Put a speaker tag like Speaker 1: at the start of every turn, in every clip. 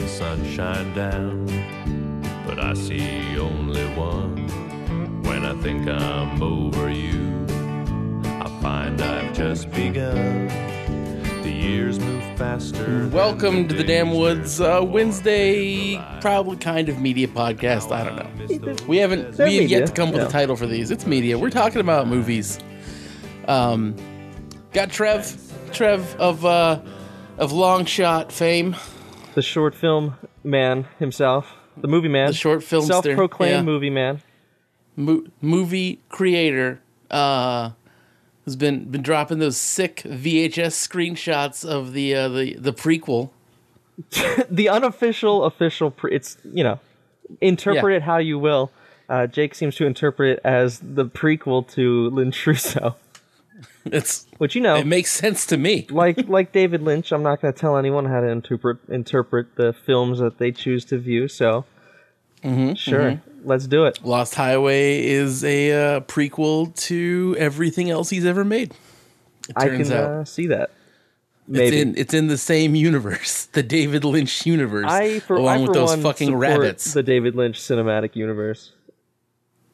Speaker 1: sunshine down, but I see only one. When I think I'm over you, I find I've just begun. The years move faster. than
Speaker 2: Welcome to the Damn
Speaker 1: days
Speaker 2: Woods
Speaker 1: there's
Speaker 2: uh,
Speaker 1: more
Speaker 2: Wednesday,
Speaker 1: in life.
Speaker 2: probably kind of media podcast. I don't know.
Speaker 1: Miss those
Speaker 2: We haven't
Speaker 3: They're
Speaker 2: we have yet
Speaker 3: media,
Speaker 2: to come up with
Speaker 3: yeah.
Speaker 2: a title for these. It's media. We're talking about movies. Um, got Trev, Trev of uh, of long shot fame.
Speaker 3: The short film man himself, the movie man,
Speaker 2: The short filmster,
Speaker 3: self-proclaimed
Speaker 2: yeah.
Speaker 3: movie man.
Speaker 2: mo- movie creator uh, who's been been dropping those sick VHS screenshots of the uh, the the prequel.
Speaker 3: The unofficial, official. Pre- it's you know, interpret it how you will. Uh, Jake seems to interpret it as the prequel to Lintruso,
Speaker 2: It's
Speaker 3: which you know,
Speaker 2: it makes sense to me.
Speaker 3: like like David Lynch. I'm not going to tell anyone how to interpret interpret the films that they choose to view. So,
Speaker 2: Mm-hmm,
Speaker 3: sure, let's do it.
Speaker 2: Lost Highway is a uh, prequel to everything else he's ever made. It
Speaker 3: I
Speaker 2: turns
Speaker 3: can
Speaker 2: out
Speaker 3: uh, see that.
Speaker 2: it's
Speaker 3: Maybe.
Speaker 2: in it's in the same universe, the David Lynch universe,
Speaker 3: I for
Speaker 2: along
Speaker 3: I,
Speaker 2: with
Speaker 3: for
Speaker 2: those
Speaker 3: one,
Speaker 2: fucking
Speaker 3: support
Speaker 2: rabbits.
Speaker 3: The David Lynch cinematic universe.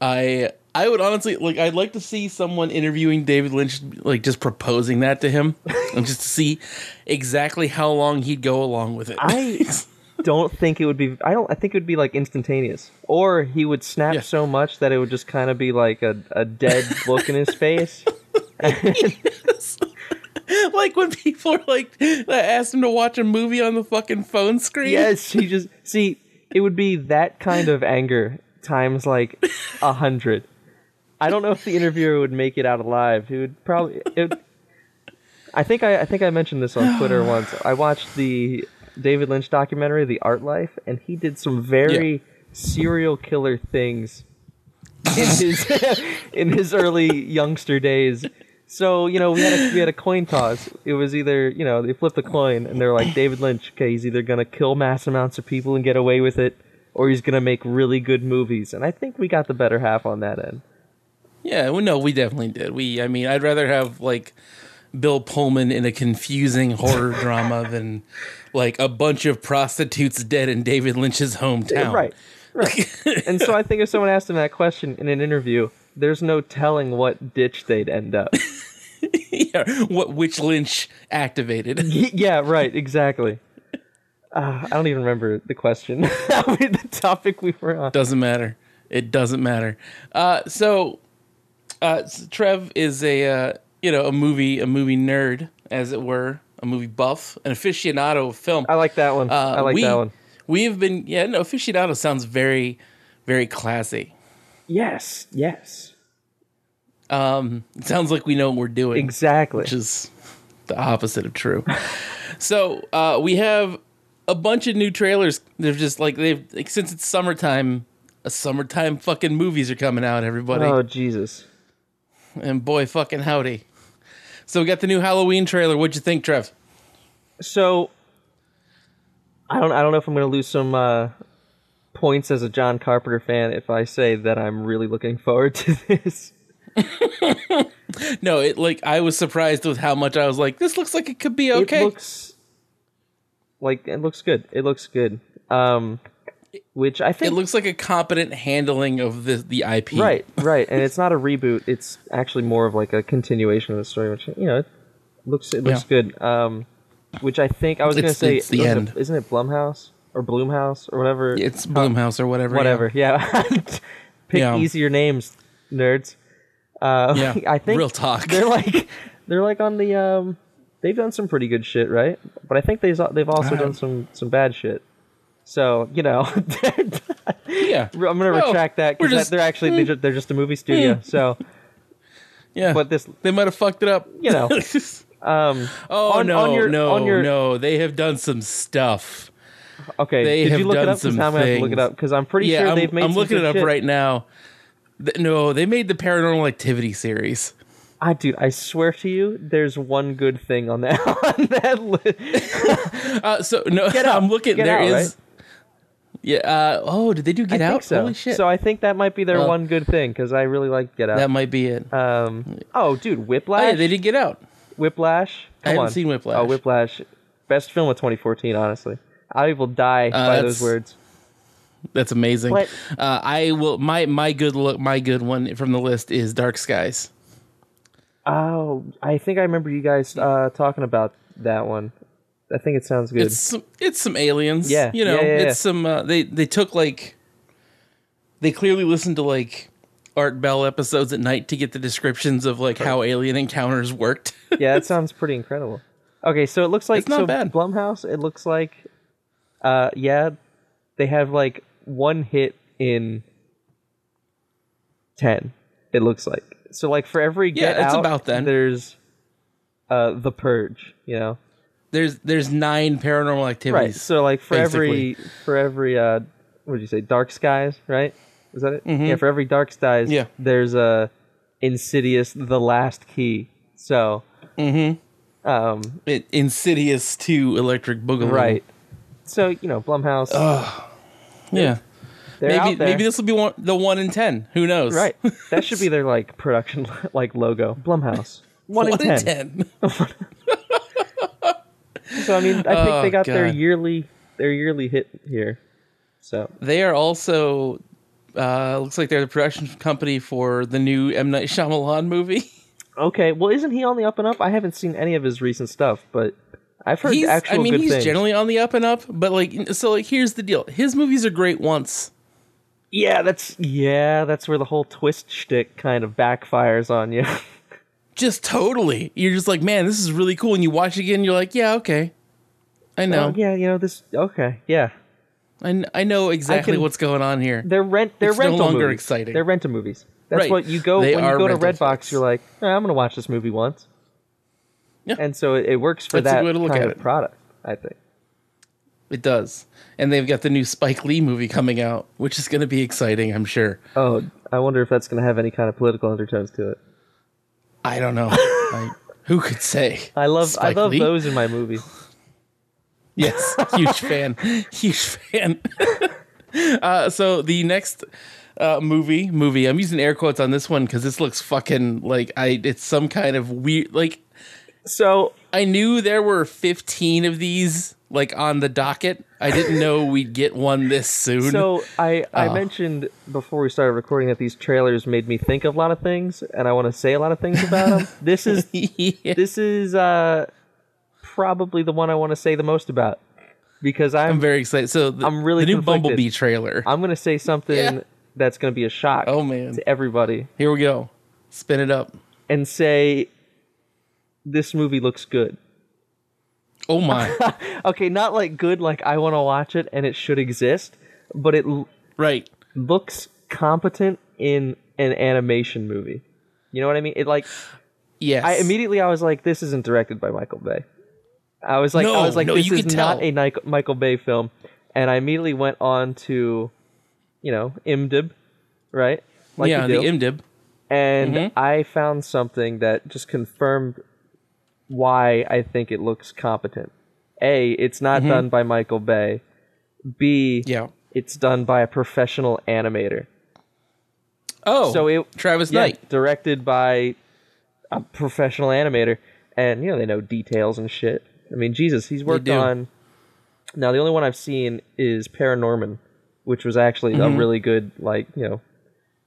Speaker 2: I I would honestly like I'd like to see someone interviewing David Lynch like just proposing that to him and just to see exactly how long he'd go along with it.
Speaker 3: I don't think it would be. I don't. I think it would be like instantaneous, or he would snap
Speaker 2: Yeah.
Speaker 3: so much that it would just kind of be like a, a dead look in his face.
Speaker 2: like when people are like asked him to watch a movie on the fucking phone screen.
Speaker 3: Yes, he just see. It would be that kind of anger times like a hundred. I don't know if the interviewer would make it out alive. He would probably. It, would- I think I, I think I mentioned this on Twitter once. I watched the David Lynch documentary, The Art Life, and he did some very serial killer things in his in his early youngster days. So you know we had a, we had a coin toss. It was either you know they flipped a coin and they're like David Lynch. Okay, he's either gonna kill mass amounts of people and get away with it, or he's gonna make really good movies. And I think we got the better half on that end.
Speaker 2: Yeah, well, no, we definitely did. We, I mean, I'd rather have like Bill Pullman in a confusing horror drama than like a bunch of prostitutes dead in David Lynch's hometown.
Speaker 3: Right, right. and so I think if someone asked him that question in an interview, there's no telling what ditch they'd end up.
Speaker 2: yeah, what which Lynch activated?
Speaker 3: yeah, right, exactly. Uh, I don't even remember the question. I mean, the topic we were on.
Speaker 2: doesn't matter. It doesn't matter. Uh, so, uh, s- Trev is a uh, you know a movie a movie nerd as it were, a movie buff, an aficionado of film. Uh,
Speaker 3: I like that one. I like
Speaker 2: we,
Speaker 3: that one.
Speaker 2: We have been yeah no aficionado sounds very very classy.
Speaker 3: Yes, yes.
Speaker 2: Um, it sounds like we know what we're doing,
Speaker 3: Exactly.
Speaker 2: which is the opposite of true. so uh, we have a bunch of new trailers. They're just like they've like, since it's summertime. uh, Summertime fucking movies are coming out, everybody,
Speaker 3: oh Jesus.
Speaker 2: and boy, fucking howdy! So we got the new Halloween trailer. What'd you think, Trev?
Speaker 3: So I don't I don't know if I'm going to lose some uh, points as a John Carpenter fan if I say that I'm really looking forward to this.
Speaker 2: No, it like I was surprised with how much I was like, this looks like it could be okay.
Speaker 3: It looks like it looks good. It looks good. Um which I
Speaker 2: it
Speaker 3: think
Speaker 2: looks like a competent handling of the the IP.
Speaker 3: right, right, and it's not a reboot. It's actually more of like a continuation of the story, which you know, it looks it looks
Speaker 2: Yeah.
Speaker 3: good. Um, which I think I was gonna
Speaker 2: It's-
Speaker 3: say
Speaker 2: it's the
Speaker 3: wasn't it-
Speaker 2: end.
Speaker 3: isn't it Blumhouse or Bloomhouse or whatever?
Speaker 2: It's Bloomhouse or whatever. yeah.
Speaker 3: whatever. Yeah, pick
Speaker 2: Yeah.
Speaker 3: easier names, nerds. Uh,
Speaker 2: Yeah,
Speaker 3: I think
Speaker 2: real talk.
Speaker 3: They're like they're like on the um, they've done some pretty good shit, right? But I think they've they've also
Speaker 2: Uh,
Speaker 3: done some some bad shit. So you know, they're-
Speaker 2: Yeah.
Speaker 3: I'm gonna
Speaker 2: Well,
Speaker 3: retract that
Speaker 2: we're
Speaker 3: because
Speaker 2: just- Hmm.
Speaker 3: they're actually they're just, they're just a movie studio. So,
Speaker 2: Yeah.
Speaker 3: but this
Speaker 2: They might have fucked it up.
Speaker 3: You know. um,
Speaker 2: oh
Speaker 3: On-
Speaker 2: no,
Speaker 3: on your-
Speaker 2: no,
Speaker 3: on your-
Speaker 2: no! They have done some stuff.
Speaker 3: okay,
Speaker 2: They
Speaker 3: did
Speaker 2: have
Speaker 3: you look
Speaker 2: done
Speaker 3: it up?
Speaker 2: some
Speaker 3: Because I'm gonna have to look
Speaker 2: things.
Speaker 3: it up because I'm pretty
Speaker 2: yeah,
Speaker 3: sure
Speaker 2: I'm,
Speaker 3: they've made.
Speaker 2: I'm
Speaker 3: some
Speaker 2: looking
Speaker 3: good
Speaker 2: it up
Speaker 3: shit.
Speaker 2: right now. Th- No, they made the Paranormal Activity series.
Speaker 3: I dude, I swear to you, there's one good thing on that on that list.
Speaker 2: Uh, so no, I'm looking.
Speaker 3: Get
Speaker 2: There is,
Speaker 3: Out, right?
Speaker 2: yeah. Uh, oh, did they do Get
Speaker 3: I
Speaker 2: Out?
Speaker 3: think so.
Speaker 2: Holy shit!
Speaker 3: So uh, I think that might be their
Speaker 2: Well-
Speaker 3: one good thing because I really like Get
Speaker 2: that
Speaker 3: Out.
Speaker 2: might be it.
Speaker 3: um, oh, dude, Whiplash.
Speaker 2: oh, yeah, they did Get Out.
Speaker 3: Whiplash. Come
Speaker 2: haven't
Speaker 3: on.
Speaker 2: seen Whiplash.
Speaker 3: Oh, Whiplash, best film of 2014, honestly. I will die by
Speaker 2: Uh, that's-
Speaker 3: those words.
Speaker 2: That's amazing. Uh,
Speaker 3: What?
Speaker 2: I will. My my good look. My good one from the list is Dark Skies.
Speaker 3: Oh, I think I remember you guys uh, talking about that one. I think it sounds good.
Speaker 2: It's some, it's some aliens.
Speaker 3: Yeah,
Speaker 2: you know,
Speaker 3: yeah, yeah, yeah.
Speaker 2: it's some. Uh, they they took like. They clearly listened to like Art Bell episodes at night to get the descriptions of like how alien encounters worked.
Speaker 3: yeah, that sounds pretty incredible. Okay, so it looks like
Speaker 2: It's not
Speaker 3: so
Speaker 2: bad.
Speaker 3: Blumhouse. It looks like, uh, yeah, they have like one hit in ten. It looks like so. Like for every
Speaker 2: Yeah,
Speaker 3: Get
Speaker 2: it's
Speaker 3: Out,
Speaker 2: about then.
Speaker 3: there's uh, the Purge. You know,
Speaker 2: there's there's nine paranormal activities.
Speaker 3: right? So like for every for every uh, what did you say? Dark Skies, right? Is that it? Yeah, for every Dark Skies,
Speaker 2: Mm-hmm. Yeah.
Speaker 3: there's a Insidious, The Last Key. So,
Speaker 2: Mm-hmm.
Speaker 3: um,
Speaker 2: It- Insidious to Electric Boogaloo.
Speaker 3: Right. So you know, Blumhouse.
Speaker 2: Yeah.
Speaker 3: they're
Speaker 2: Maybe
Speaker 3: out there.
Speaker 2: maybe this will be one, the one in ten. Who knows?
Speaker 3: right. That should be their like production like logo. Blumhouse. One,
Speaker 2: One
Speaker 3: in ten.
Speaker 2: ten.
Speaker 3: So I mean, I think
Speaker 2: Oh,
Speaker 3: they got their
Speaker 2: God.
Speaker 3: yearly their yearly hit here. So
Speaker 2: They are also uh, looks like they're the production company for the new M Night Shyamalan movie.
Speaker 3: okay, well, isn't he on the up and up? I haven't seen any of his recent stuff, but I've heard
Speaker 2: He's, I
Speaker 3: actual
Speaker 2: mean,
Speaker 3: good
Speaker 2: he's
Speaker 3: things.
Speaker 2: generally on the up and up, but like, so like, here's the deal: his movies are great once.
Speaker 3: yeah, that's yeah, that's where the whole twist shtick kind of backfires on you.
Speaker 2: Just totally, you're just like, man, this is really cool, and you watch it again, and you're like, yeah, okay, I know,
Speaker 3: Oh, yeah, you know this. Okay, yeah,
Speaker 2: I, kn- I know exactly
Speaker 3: can-
Speaker 2: what's going on here.
Speaker 3: They're rent. They're
Speaker 2: It's no
Speaker 3: rental
Speaker 2: longer
Speaker 3: movies.
Speaker 2: exciting.
Speaker 3: They're rental movies. That's
Speaker 2: Right.
Speaker 3: what you go
Speaker 2: They
Speaker 3: when you
Speaker 2: are
Speaker 3: go to
Speaker 2: rental
Speaker 3: Redbox.
Speaker 2: flicks.
Speaker 3: You're like, "Eh, I'm gonna watch this movie once.
Speaker 2: Yeah.
Speaker 3: And so it, it works for
Speaker 2: That's a
Speaker 3: that
Speaker 2: good way to look
Speaker 3: kind
Speaker 2: at
Speaker 3: of
Speaker 2: it.
Speaker 3: product. I think.
Speaker 2: It does, and they've got the new Spike Lee movie coming out, which is going to be exciting, I'm sure.
Speaker 3: Oh, I wonder if that's gonna have any kind of political undertones to it.
Speaker 2: I don't know. I, who could say?
Speaker 3: I love
Speaker 2: Spike
Speaker 3: I love
Speaker 2: Lee?
Speaker 3: those in my movies.
Speaker 2: Yes, huge fan, huge fan. uh, so the next uh, movie, movie. I'm using air quotes on this one because this looks fucking like I. It's some kind of weird. Like
Speaker 3: So
Speaker 2: I knew there were 15 of these like on the docket. I didn't know we'd get one this soon.
Speaker 3: so I I
Speaker 2: Ah.
Speaker 3: mentioned before we started recording that these trailers made me think of a lot of things, and I want to say a lot of things about them. this is
Speaker 2: Yeah.
Speaker 3: this is uh probably the one I want to say the most about because I'm
Speaker 2: I'm very excited. So the,
Speaker 3: I'm really
Speaker 2: the new
Speaker 3: conflicted.
Speaker 2: Bumblebee trailer.
Speaker 3: I'm gonna say something
Speaker 2: Yeah.
Speaker 3: that's gonna be a shock
Speaker 2: Oh, man.
Speaker 3: to everybody
Speaker 2: Here we go. Spin it up.
Speaker 3: and say this movie looks good.
Speaker 2: Oh my!
Speaker 3: Okay, not like good like I want to watch it and it should exist, but it l-
Speaker 2: right.
Speaker 3: looks competent in an animation movie. You know what I mean? It like
Speaker 2: Yes.
Speaker 3: I immediately I was like this isn't directed by Michael Bay. I was like
Speaker 2: No,
Speaker 3: I was like
Speaker 2: no,
Speaker 3: this
Speaker 2: you
Speaker 3: is
Speaker 2: could
Speaker 3: not
Speaker 2: tell.
Speaker 3: a Nic- Michael Bay film and I immediately went on to you know, IMDb, right? Like
Speaker 2: yeah. The
Speaker 3: you do.
Speaker 2: IMDb. Mm-hmm.
Speaker 3: and I found something that just confirmed why I think it looks competent. A, it's not done by Michael Bay. B,
Speaker 2: Mm-hmm. Yeah.
Speaker 3: it's done by a professional animator.
Speaker 2: Oh.
Speaker 3: So it
Speaker 2: Travis
Speaker 3: yeah,
Speaker 2: Knight.
Speaker 3: directed by a professional animator, and you know they know details and shit. I mean, Jesus, he's worked
Speaker 2: do.
Speaker 3: on. Now the only one I've seen is Paranorman, which was actually
Speaker 2: Mm-hmm.
Speaker 3: a really good like you know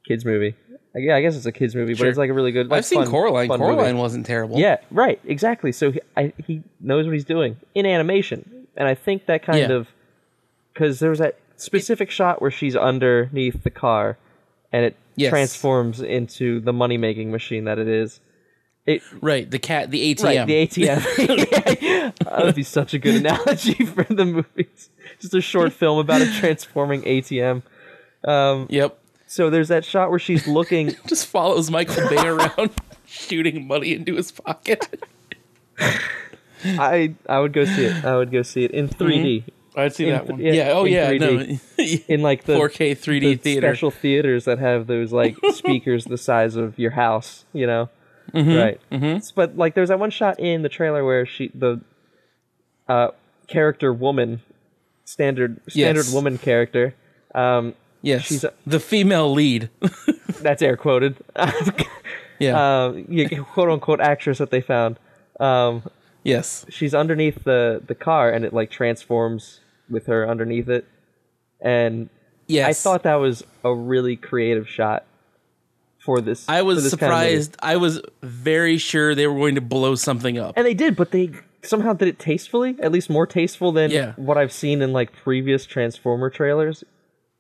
Speaker 3: kids movie. I- Yeah, I guess it's a kids movie, but
Speaker 2: Sure.
Speaker 3: it's like a really good. Like,
Speaker 2: I've seen
Speaker 3: fun-
Speaker 2: Coraline.
Speaker 3: fun movie.
Speaker 2: Coraline wasn't terrible.
Speaker 3: Yeah, right, exactly. So he, I, he knows what he's doing in animation, and I think that kind
Speaker 2: Yeah.
Speaker 3: of because there was that specific shot where she's underneath the car, and it
Speaker 2: Yes.
Speaker 3: transforms into the money making machine that it is. It
Speaker 2: Right. The cat. The ATM.
Speaker 3: right, the ATM. that would be such a good analogy for the movies. Just a short film about a transforming ATM.
Speaker 2: yep.
Speaker 3: So there's that shot where she's looking
Speaker 2: Just follows Michael Bay around, shooting money into his pocket.
Speaker 3: I I would go see it. I would go see it in 3D.
Speaker 2: I'd see that
Speaker 3: th-
Speaker 2: one.
Speaker 3: yeah,
Speaker 2: Yeah. Oh
Speaker 3: in
Speaker 2: yeah.
Speaker 3: 3D.
Speaker 2: No.
Speaker 3: In like the
Speaker 2: 4K 3D
Speaker 3: the
Speaker 2: theater.
Speaker 3: special theaters that have those like speakers the size of your house, you know,
Speaker 2: Mm-hmm,
Speaker 3: right? S- But like, there's that one shot in the trailer where she the uh, character woman, standard standard
Speaker 2: Yes.
Speaker 3: woman character. Um,
Speaker 2: yes.
Speaker 3: she's a-
Speaker 2: the female lead.
Speaker 3: that's air quoted.
Speaker 2: yeah.
Speaker 3: um, yeah, quote unquote actress that they found. Um,
Speaker 2: yes.
Speaker 3: she's underneath the the car and it like transforms with her underneath it, and
Speaker 2: Yes,
Speaker 3: I thought that was a really creative shot for this.
Speaker 2: I
Speaker 3: for
Speaker 2: was
Speaker 3: this kind of movie.
Speaker 2: surprised. I was very sure they were going to blow something up.
Speaker 3: and they did, but they somehow did it tastefully, at least more tasteful than
Speaker 2: Yeah.
Speaker 3: what I've seen in like previous Transformer trailers.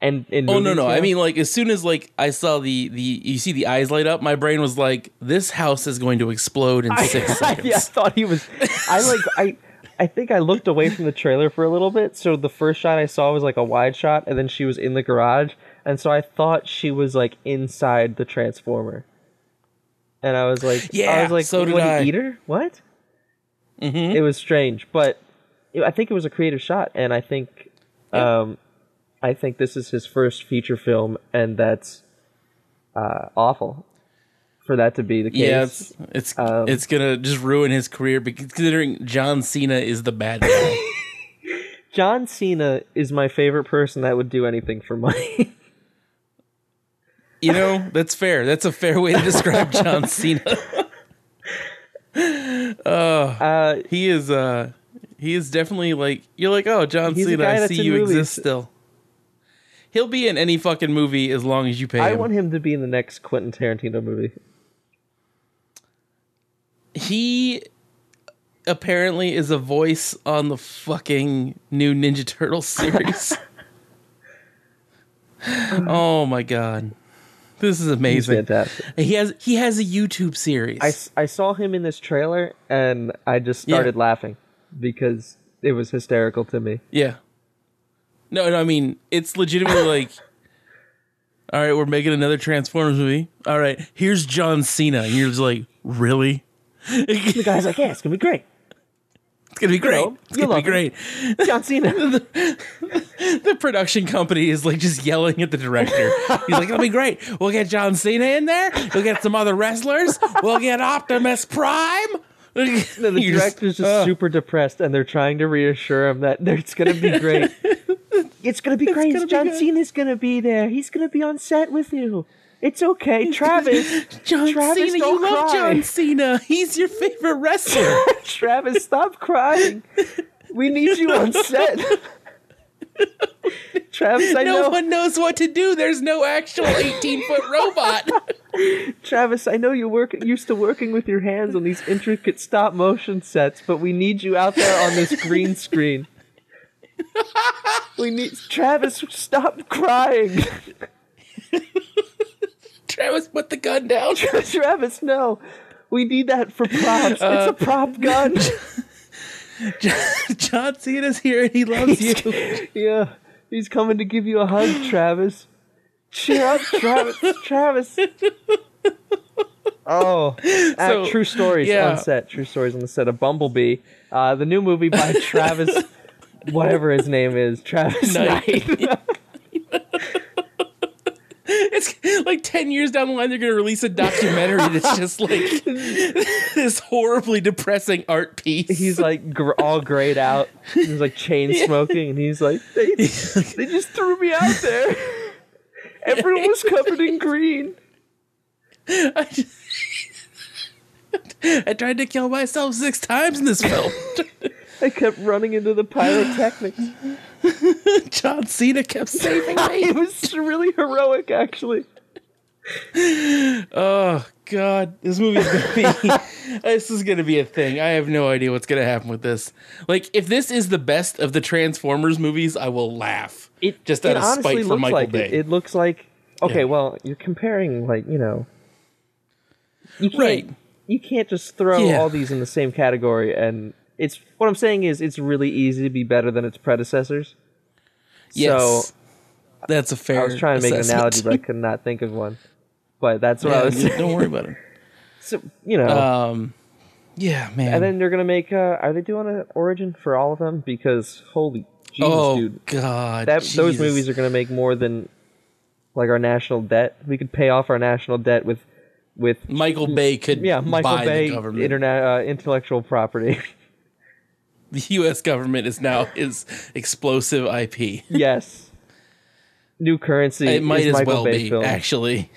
Speaker 3: And in
Speaker 2: Oh no
Speaker 3: movies
Speaker 2: no!
Speaker 3: now.
Speaker 2: I mean, like as soon as like I saw the the you see the eyes light up, my brain was like, "This house is going to explode in six seconds."
Speaker 3: yeah, I thought he was. I like I. I think I looked away from the trailer for a little bit, so the first shot I saw was like a wide shot, and then she was in the garage, and so I thought she was like inside the transformer, and I was like, I
Speaker 2: Yeah,
Speaker 3: was like,
Speaker 2: so did
Speaker 3: would
Speaker 2: I."
Speaker 3: he eat her? What? Mm-hmm. It was strange, but I think it was a creative shot, and I think, um, I think this is his first feature film, and that's uh, awful for that to be the case.
Speaker 2: Yeah, it's it's,
Speaker 3: Um,
Speaker 2: it's gonna just ruin his career because considering John Cena is the bad guy.
Speaker 3: John Cena is my favorite person that would do anything for money.
Speaker 2: you know, that's fair. That's a fair way to describe John Cena.
Speaker 3: Uh,
Speaker 2: he is uh he is definitely like you're like, "Oh, John
Speaker 3: He's a
Speaker 2: Cena,
Speaker 3: guy
Speaker 2: I
Speaker 3: that's
Speaker 2: see
Speaker 3: in
Speaker 2: you
Speaker 3: movies."
Speaker 2: exist still." He'll be in any fucking movie as long as you pay
Speaker 3: I
Speaker 2: him.
Speaker 3: want him to be in the next Quentin Tarantino movie.
Speaker 2: he apparently is a voice on the fucking new Ninja Turtle series. oh my god. This is
Speaker 3: He's
Speaker 2: amazing.
Speaker 3: fantastic.
Speaker 2: He has he has a YouTube series.
Speaker 3: I, s- I saw him in this trailer and I just started
Speaker 2: Yeah.
Speaker 3: laughing because it was hysterical to me.
Speaker 2: yeah. No, no, I mean it's legitimately like All right, we're making another Transformers movie. All right, here's John Cena. And you're just like, "Really?" it's
Speaker 3: The guy's like, yeah, it's gonna be great.
Speaker 2: going to be great. It's
Speaker 3: you'll
Speaker 2: going to be
Speaker 3: love it.
Speaker 2: great.
Speaker 3: John Cena.
Speaker 2: the production company is like just yelling at the director. He's like, "It'll be great. We'll get John Cena in there. We'll get some other wrestlers. We'll get Optimus Prime."
Speaker 3: No, the
Speaker 2: You're just- "Oh,
Speaker 3: director's just super depressed and they're trying to reassure him that it's gonna be great. it's gonna be great.
Speaker 2: gonna be
Speaker 3: John
Speaker 2: good.
Speaker 3: Cena's gonna be there. He's gonna be on set with you. It's okay, Travis.
Speaker 2: John
Speaker 3: Travis,
Speaker 2: Cena, you
Speaker 3: don't
Speaker 2: love
Speaker 3: cry.
Speaker 2: John Cena. He's your favorite wrestler.
Speaker 3: Travis, stop crying. We need you on set. Travis, I
Speaker 2: No
Speaker 3: know.
Speaker 2: one knows what to do. There's no actual 18 foot robot.
Speaker 3: Travis, I know you work used to working with your hands on these intricate stop motion sets, but we need you out there on this green screen. We need Travis. Stop crying,
Speaker 2: Travis, put the gun down.
Speaker 3: Travis. No, we need that for props.
Speaker 2: Uh,
Speaker 3: it's a prop gun.
Speaker 2: John Cena's here and he loves you.
Speaker 3: yeah, he's coming to give you a hug, Travis. Cheer up, Travis. Travis. Oh, at
Speaker 2: So,
Speaker 3: true stories
Speaker 2: yeah.
Speaker 3: on set. True stories on the set of Bumblebee, uh, the new movie by Travis, whatever his name is, Travis
Speaker 2: Knight.
Speaker 3: Knight.
Speaker 2: It's like 10 years down the line, they're going to release a documentary that's just like this horribly depressing art piece.
Speaker 3: he's like gr- all grayed out. He's like chain smoking, and he's like, they, they just threw me out there. Everyone was covered in green.
Speaker 2: I, just- I tried to kill myself six times in this film.
Speaker 3: I kept running into the pyrotechnics.
Speaker 2: John Cena kept saving me.
Speaker 3: it was really heroic, actually.
Speaker 2: Oh God, this movie's gonna be. this is gonna be a thing. I have no idea what's gonna happen with this. Like, if this is the best of the Transformers movies, I will laugh.
Speaker 3: It
Speaker 2: just out
Speaker 3: it
Speaker 2: of
Speaker 3: honestly
Speaker 2: spite for
Speaker 3: looks
Speaker 2: Michael
Speaker 3: like
Speaker 2: Bay.
Speaker 3: It, it looks like okay.
Speaker 2: Yeah.
Speaker 3: Well, you're comparing like you know, you can't,
Speaker 2: Right.
Speaker 3: You can't just throw
Speaker 2: Yeah.
Speaker 3: all these in the same category, and it's what I'm saying is it's really easy to be better than its predecessors.
Speaker 2: yes,
Speaker 3: So
Speaker 2: that's a fair.
Speaker 3: I was trying to make an
Speaker 2: assessment.
Speaker 3: analogy, but I could not think of one. But that's what I
Speaker 2: Yeah,
Speaker 3: was.
Speaker 2: don't worry about it.
Speaker 3: So, you know,
Speaker 2: Um, yeah, man.
Speaker 3: Oh. and then they're gonna make. Uh, are they doing an origin for all of them? Because holy Jesus,
Speaker 2: oh
Speaker 3: dude,
Speaker 2: God,
Speaker 3: that those
Speaker 2: Jesus.
Speaker 3: movies are going to make more than like our national debt. We could pay off our national debt with with
Speaker 2: Michael Bay could
Speaker 3: yeah Michael
Speaker 2: buy
Speaker 3: Bay
Speaker 2: the government.
Speaker 3: interna- uh, intellectual property.
Speaker 2: the U.S. government is now his explosive IP.
Speaker 3: yes, new currency.
Speaker 2: It might
Speaker 3: is
Speaker 2: as
Speaker 3: Michael
Speaker 2: well
Speaker 3: Bay
Speaker 2: be
Speaker 3: film.
Speaker 2: actually.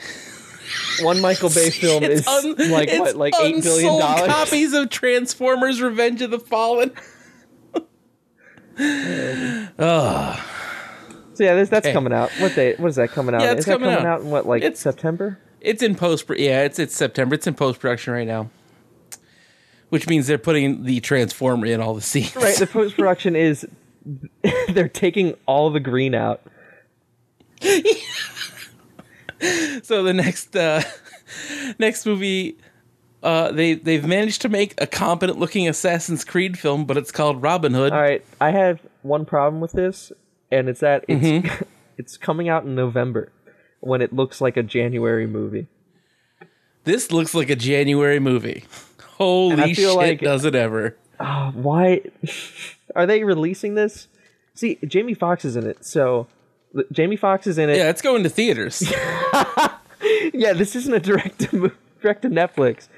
Speaker 3: One Michael Bay film is
Speaker 2: It's un-
Speaker 3: like
Speaker 2: it's
Speaker 3: what like eight billion
Speaker 2: unsold
Speaker 3: dollars.
Speaker 2: copies of Transformers: Revenge of the Fallen.
Speaker 3: So yeah, this, that's
Speaker 2: Okay.
Speaker 3: coming out. What day? What is that coming out?
Speaker 2: Yeah, it's
Speaker 3: is that
Speaker 2: coming
Speaker 3: coming
Speaker 2: out.
Speaker 3: out. in what like
Speaker 2: It's-
Speaker 3: September?
Speaker 2: It's in post. Yeah, it's it's September. It's in post production right now, which means they're putting the transformer in all the scenes.
Speaker 3: Right. The post production is they're taking all the green out.
Speaker 2: so the next uh, next movie, uh, they they've managed to make a competent looking Assassin's Creed film, but it's called Robin Hood.
Speaker 3: All right. I have one problem with this, and it's that it's
Speaker 2: Mm-hmm.
Speaker 3: it's coming out in November when it looks like a January movie.
Speaker 2: This looks like a January movie. Holy
Speaker 3: I
Speaker 2: shit!
Speaker 3: feel like-
Speaker 2: does it ever?
Speaker 3: Why are they releasing this? See, Jamie Foxx is in it, so Jamie Foxx is in it.
Speaker 2: Yeah, it's going to theaters.
Speaker 3: yeah, this isn't a direct to mo- direct to Netflix.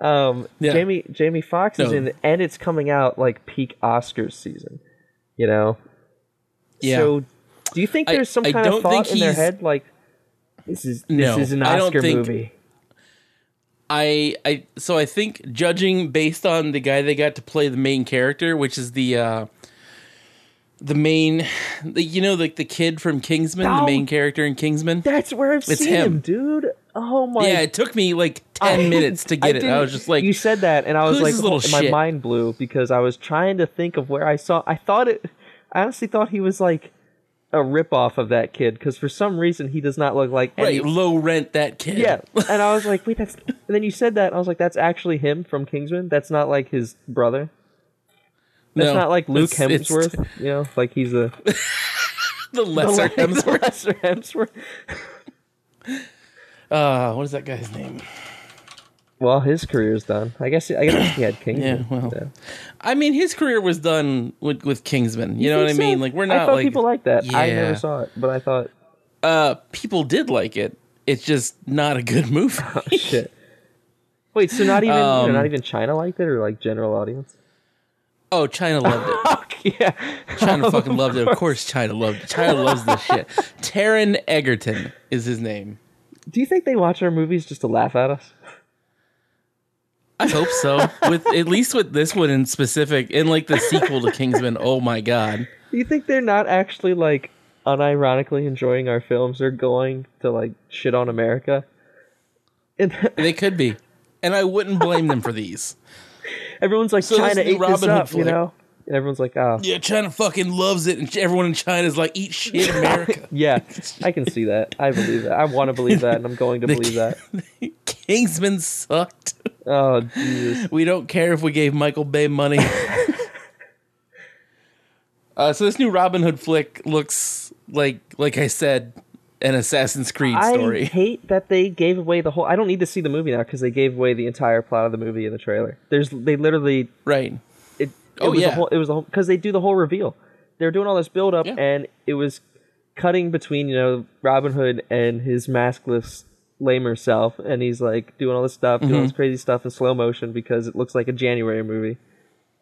Speaker 3: Um,
Speaker 2: Yeah.
Speaker 3: Jamie Jamie Fox is
Speaker 2: No.
Speaker 3: in, it, and it's coming out like peak Oscars season. You know.
Speaker 2: Yeah.
Speaker 3: So, do you think
Speaker 2: I-
Speaker 3: there's some
Speaker 2: I
Speaker 3: kind of
Speaker 2: don't think
Speaker 3: thought in their
Speaker 2: he's-
Speaker 3: head like this is this
Speaker 2: No,
Speaker 3: is an
Speaker 2: I don't
Speaker 3: Oscar
Speaker 2: think-
Speaker 3: movie?
Speaker 2: I I so I think judging based on the guy they got to play the main character, which is the uh the main the, you know like the kid from Kingsman, the
Speaker 3: Oh.
Speaker 2: main character in Kingsman.
Speaker 3: That's where I've seen him.
Speaker 2: him.
Speaker 3: dude. Oh my.
Speaker 2: yeah, it took me like 10
Speaker 3: I-
Speaker 2: minutes to get it. I
Speaker 3: didn't-
Speaker 2: was just like
Speaker 3: you said that, and I was
Speaker 2: who's
Speaker 3: like,
Speaker 2: this little
Speaker 3: oh, my
Speaker 2: shit?
Speaker 3: mind blew because I was trying to think of where I saw. I thought it. I honestly thought he was like a ripoff of that kid because for some reason he does not look like any.
Speaker 2: right, low rent that kid.
Speaker 3: Yeah, and I was like, wait, that's. And then you said that, and I was like, that's actually him from Kingsman. That's not like his brother. That's
Speaker 2: No,
Speaker 3: not like Luke
Speaker 2: it's- it's
Speaker 3: Hemsworth. you know, like he's a
Speaker 2: the lesser Hemsworth.
Speaker 3: Lesser Hemsworth.
Speaker 2: Uh, what is that guy's name?
Speaker 3: Well, his career's done. I guess. I guess he had Kingsman.
Speaker 2: Yeah, well,
Speaker 3: so.
Speaker 2: I mean, his career was done with, with Kingsman. You, know what I
Speaker 3: think so?
Speaker 2: mean? Like we're not
Speaker 3: I thought
Speaker 2: like
Speaker 3: people liked that. I
Speaker 2: Yeah.
Speaker 3: never saw it, but I thought
Speaker 2: uh people did like it. It's just not a good movie.
Speaker 3: oh, shit. Wait, so not even you know,
Speaker 2: Um,
Speaker 3: not even China liked it, or like general audience?
Speaker 2: oh, China loved it.
Speaker 3: Fuck yeah!
Speaker 2: China fucking loved it. Of course, China loved it. China loves this shit. Taron Egerton is his name.
Speaker 3: Do you think they watch our movies just to laugh at us?
Speaker 2: I hope so. With at least with this one in specific, and like the sequel to Kingsman. Oh my god.
Speaker 3: Do you think they're not actually like unironically enjoying our films? They're going to like shit on America, and
Speaker 2: They could be, and I wouldn't blame them for these.
Speaker 3: everyone's like,
Speaker 2: So this
Speaker 3: China
Speaker 2: new
Speaker 3: ate this
Speaker 2: Robin Hood
Speaker 3: up, you
Speaker 2: flick.
Speaker 3: know? And everyone's like, oh
Speaker 2: Yeah, China fucking loves it, and everyone in China is like, "Eat shit, America."
Speaker 3: yeah, I can see that. I believe that. I want to believe that, and I'm going to believe that.
Speaker 2: Kingsman sucked.
Speaker 3: Oh Jesus.
Speaker 2: We don't care if we gave Michael Bay money. uh, so this new Robin Hood flick looks like, like I said, an Assassin's Creed
Speaker 3: I
Speaker 2: story.
Speaker 3: hate that they gave away the whole. I don't need to see the movie now because they gave away the entire plot of the movie in the trailer. There's they literally
Speaker 2: right.
Speaker 3: it. it
Speaker 2: Oh,
Speaker 3: was a
Speaker 2: yeah.
Speaker 3: whole, it was a whole because they do the whole reveal. They were doing all this build up
Speaker 2: Yeah.
Speaker 3: and it was cutting between you know Robin Hood and his maskless lamer self, and he's like doing all this stuff, doing all
Speaker 2: Mm-hmm.
Speaker 3: this crazy stuff in slow motion because it looks like a January movie,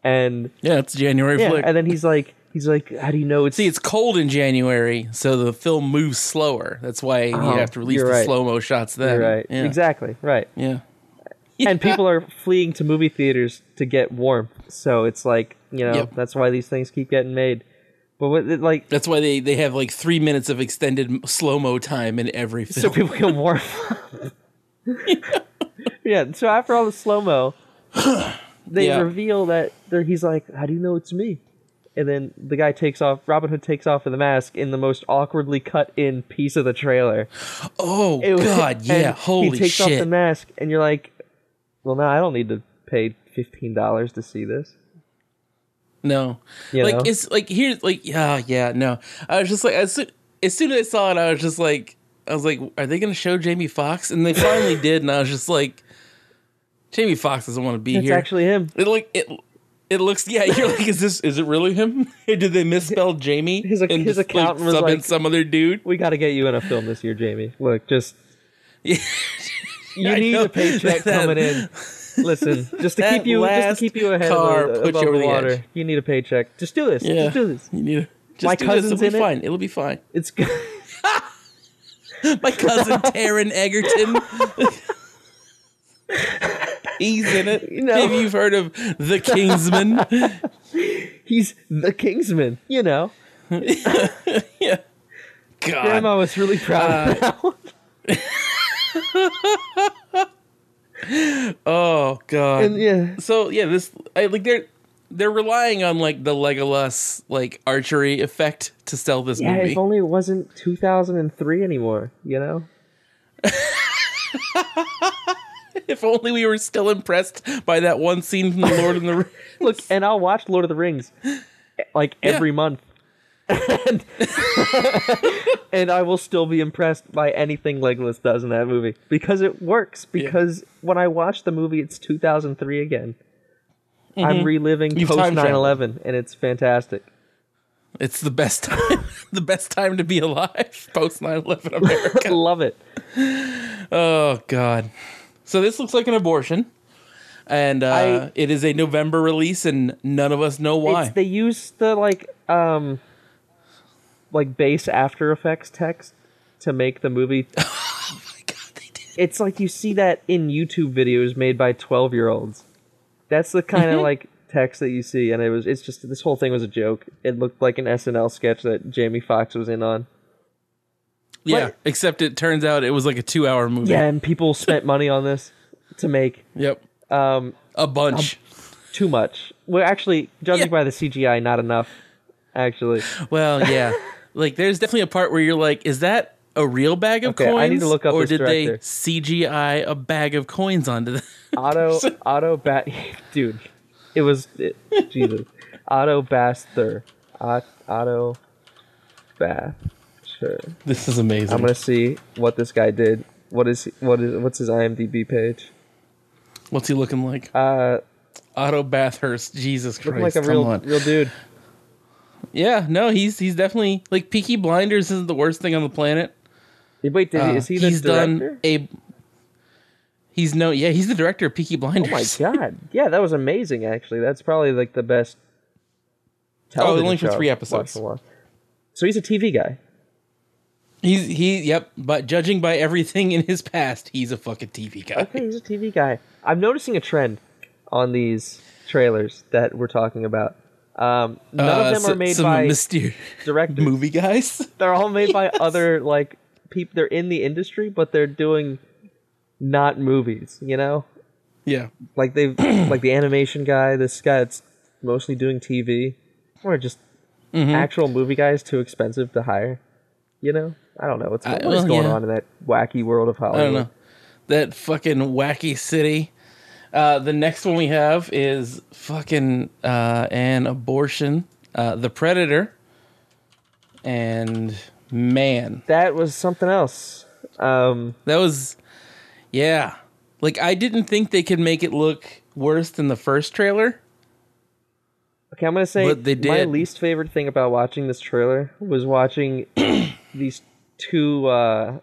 Speaker 3: and
Speaker 2: Yeah, it's a January
Speaker 3: yeah,
Speaker 2: flick.
Speaker 3: and then he's like. He's like, how do you know it's
Speaker 2: See, it's cold in January, so the film moves slower. That's why you have to release
Speaker 3: Oh, you're
Speaker 2: the
Speaker 3: right.
Speaker 2: slow mo shots then.
Speaker 3: right?
Speaker 2: Yeah.
Speaker 3: Exactly, right.
Speaker 2: Yeah.
Speaker 3: and people are fleeing to movie theaters to get warm. So it's like you know
Speaker 2: Yep.
Speaker 3: that's why these things keep getting made. But what, it, like
Speaker 2: That's why they, they have like three minutes of extended slow mo time in every
Speaker 3: so
Speaker 2: film.
Speaker 3: people can warm. yeah. So after all the slow mo, they
Speaker 2: Yeah.
Speaker 3: reveal that they're, he's like, "How do you know it's me?" And then the guy takes off. Robin Hood takes off of the mask in the most awkwardly cut in piece of the trailer.
Speaker 2: oh
Speaker 3: It was-
Speaker 2: God, yeah,
Speaker 3: and
Speaker 2: holy
Speaker 3: He takes off the
Speaker 2: shit!
Speaker 3: mask, and you're like, "Well, no, I don't need to pay fifteen dollars to see this."
Speaker 2: no,
Speaker 3: You
Speaker 2: like
Speaker 3: know?
Speaker 2: it's like here's like yeah, yeah, no. I was just like as soon, as soon as I saw it, I was just like I was like, are they gonna show Jamie Fox? And they finally did, and I was just like, Jamie Fox doesn't want to be
Speaker 3: It's
Speaker 2: here.
Speaker 3: actually him.
Speaker 2: It like it. It looks yeah. You're like, is this is it really him? Did they misspell Jamie?
Speaker 3: His ac- his
Speaker 2: just,
Speaker 3: accountant was
Speaker 2: sub in
Speaker 3: like-
Speaker 2: some other dude.
Speaker 3: we got to get you in a film this year, Jamie. Look, just you
Speaker 2: I
Speaker 3: need
Speaker 2: know.
Speaker 3: a paycheck
Speaker 2: That-
Speaker 3: coming in. Listen, just to
Speaker 2: that
Speaker 3: keep you just
Speaker 2: last
Speaker 3: to keep you ahead
Speaker 2: car
Speaker 3: of the,
Speaker 2: put
Speaker 3: above
Speaker 2: you over
Speaker 3: the
Speaker 2: the
Speaker 3: water.
Speaker 2: edge.
Speaker 3: You need a paycheck. Just do this.
Speaker 2: Yeah,
Speaker 3: Just do this.
Speaker 2: You need to. Just
Speaker 3: My
Speaker 2: do
Speaker 3: cousin's
Speaker 2: this. It'll be
Speaker 3: in it.
Speaker 2: fine. It'll be fine.
Speaker 3: It's good.
Speaker 2: My cousin Taryn Egerton. He's in it.
Speaker 3: know.
Speaker 2: Maybe you've heard of The Kingsman.
Speaker 3: He's the Kingsman, you know.
Speaker 2: God.
Speaker 3: Grandma was really proud of that.
Speaker 2: Oh God.
Speaker 3: and yeah,
Speaker 2: so yeah, this I, like they're they're relying on like the Legolas like archery effect to sell this
Speaker 3: yeah.
Speaker 2: movie.
Speaker 3: If only it wasn't 2003 anymore, you know.
Speaker 2: if only we were still impressed by that one scene from the Lord in the Rings.
Speaker 3: Look, and I'll watch Lord of the Rings like every month. and, and I will still be impressed by anything Legolas does in that movie because it works. Because when I watch the movie, it's 2003 again. I'm reliving
Speaker 2: Mm-hmm. You've
Speaker 3: post
Speaker 2: time
Speaker 3: 9
Speaker 2: traveled.
Speaker 3: 11, and it's fantastic.
Speaker 2: It's the best time, the best time to be alive post 9/11 America.
Speaker 3: Love it.
Speaker 2: oh God. So this looks like an abortion, and uh, it is a November release, and none of us know why.
Speaker 3: It's, they use the like um like base After Effects text to make the movie.
Speaker 2: oh my God, they did.
Speaker 3: It's like you see that in YouTube videos made by twelve year olds. That's the kind of like text that you see, and it was it's just this whole thing was a joke. It looked like an SNL sketch that Jamie Foxx was in on.
Speaker 2: Yeah,
Speaker 3: What?
Speaker 2: except it turns out it was like a two-hour movie.
Speaker 3: Yeah, and people spent money on this to make
Speaker 2: Yep.
Speaker 3: um
Speaker 2: A bunch.
Speaker 3: too much. Well, actually, judging
Speaker 2: Yeah.
Speaker 3: by the CGI, not enough. Actually,
Speaker 2: Well, yeah. like there's definitely a part where you're like, is that a real bag of
Speaker 3: Okay,
Speaker 2: coins?
Speaker 3: I need to look up
Speaker 2: or
Speaker 3: this
Speaker 2: did they
Speaker 3: director.
Speaker 2: CGI a bag of coins onto the
Speaker 3: Otto Otto Bat dude. It was it, Jesus. Otto Baster. Ot, Otto Bath. Sure.
Speaker 2: This is amazing.
Speaker 3: I'm gonna see what this guy did. What is what is what's his IMDb page?
Speaker 2: What's he looking like?
Speaker 3: Uh,
Speaker 2: Otto Bathurst. Jesus
Speaker 3: looking
Speaker 2: Christ.
Speaker 3: like a
Speaker 2: come
Speaker 3: real
Speaker 2: on.
Speaker 3: real dude.
Speaker 2: Yeah, no, he's he's definitely like Peaky Blinders isn't the worst thing on the planet.
Speaker 3: Wait, did,
Speaker 2: Uh,
Speaker 3: is he the
Speaker 2: he's
Speaker 3: director?
Speaker 2: done a He's no yeah, he's the director of Peaky
Speaker 3: oh my
Speaker 2: Blinders.
Speaker 3: god! Yeah, that was amazing. Actually, that's probably like the best. television
Speaker 2: Oh, only for
Speaker 3: show
Speaker 2: three
Speaker 3: I've watched
Speaker 2: episodes.
Speaker 3: in a while. So he's a TV guy.
Speaker 2: he's he yep, but judging by everything in his past, he's a fucking TV guy.
Speaker 3: Okay, he's a TV guy. I'm noticing a trend on these trailers that we're talking about. Um, none
Speaker 2: Uh,
Speaker 3: of them
Speaker 2: so-
Speaker 3: are made
Speaker 2: some
Speaker 3: by
Speaker 2: mysterious
Speaker 3: directors.
Speaker 2: movie guys.
Speaker 3: They're all made by other like people. They're in the industry, but they're doing not movies. You know,
Speaker 2: Yeah.
Speaker 3: like they've like the animation guy. This guy that's mostly doing TV, or just
Speaker 2: Mm-hmm.
Speaker 3: actual movie guys too expensive to hire. You know, I don't know what's,
Speaker 2: I-
Speaker 3: what's
Speaker 2: well,
Speaker 3: going
Speaker 2: yeah.
Speaker 3: on in that wacky world of Hollywood.
Speaker 2: I don't know. That fucking wacky city. Uh, the next one we have is fucking uh, an abortion, uh, the predator, and man,
Speaker 3: That was something else. Um,
Speaker 2: that was yeah. Like I didn't think they could make it look worse than the first trailer.
Speaker 3: Okay, I'm gonna say
Speaker 2: But they
Speaker 3: my
Speaker 2: did.
Speaker 3: least favorite thing about watching this trailer was watching these two uh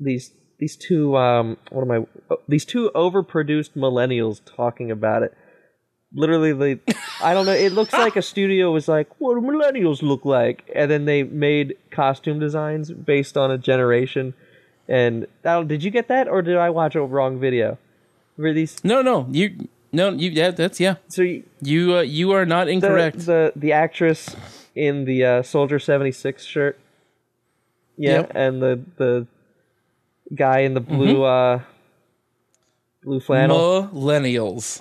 Speaker 3: these these two um what am I oh, these two overproduced millennials talking about it. Literally they I don't know, it looks like a studio was like, What do millennials look like? And then they made costume designs based on a generation and oh, did you get that or did I watch a wrong video? Were these
Speaker 2: No, no, you, no, you. Yeah, that's yeah.
Speaker 3: so you,
Speaker 2: You, uh, you are not
Speaker 3: the,
Speaker 2: incorrect.
Speaker 3: The the actress in the uh, Soldier seventy six shirt. Yeah,
Speaker 2: Yep.
Speaker 3: and the the guy in the blue
Speaker 2: Mm-hmm.
Speaker 3: uh blue flannel.
Speaker 2: Millennials.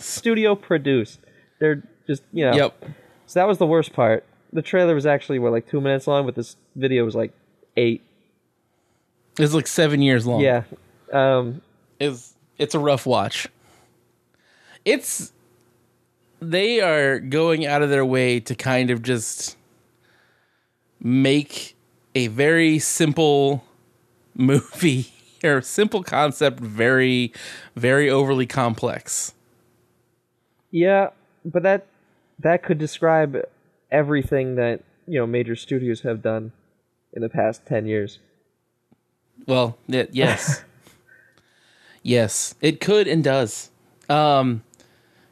Speaker 3: Studio produced. They're just you know.
Speaker 2: Yep.
Speaker 3: So that was the worst part. The trailer was actually what like two minutes long, but this video was like eight.
Speaker 2: It's like seven years long.
Speaker 3: Yeah. Um,
Speaker 2: is it's a rough watch. It's they are going out of their way to kind of just make a very simple movie or simple concept very very overly complex.
Speaker 3: yeah, but that that could describe everything that you know major studios have done in the past ten years.
Speaker 2: Well, y- yes. yes, it could and does. Um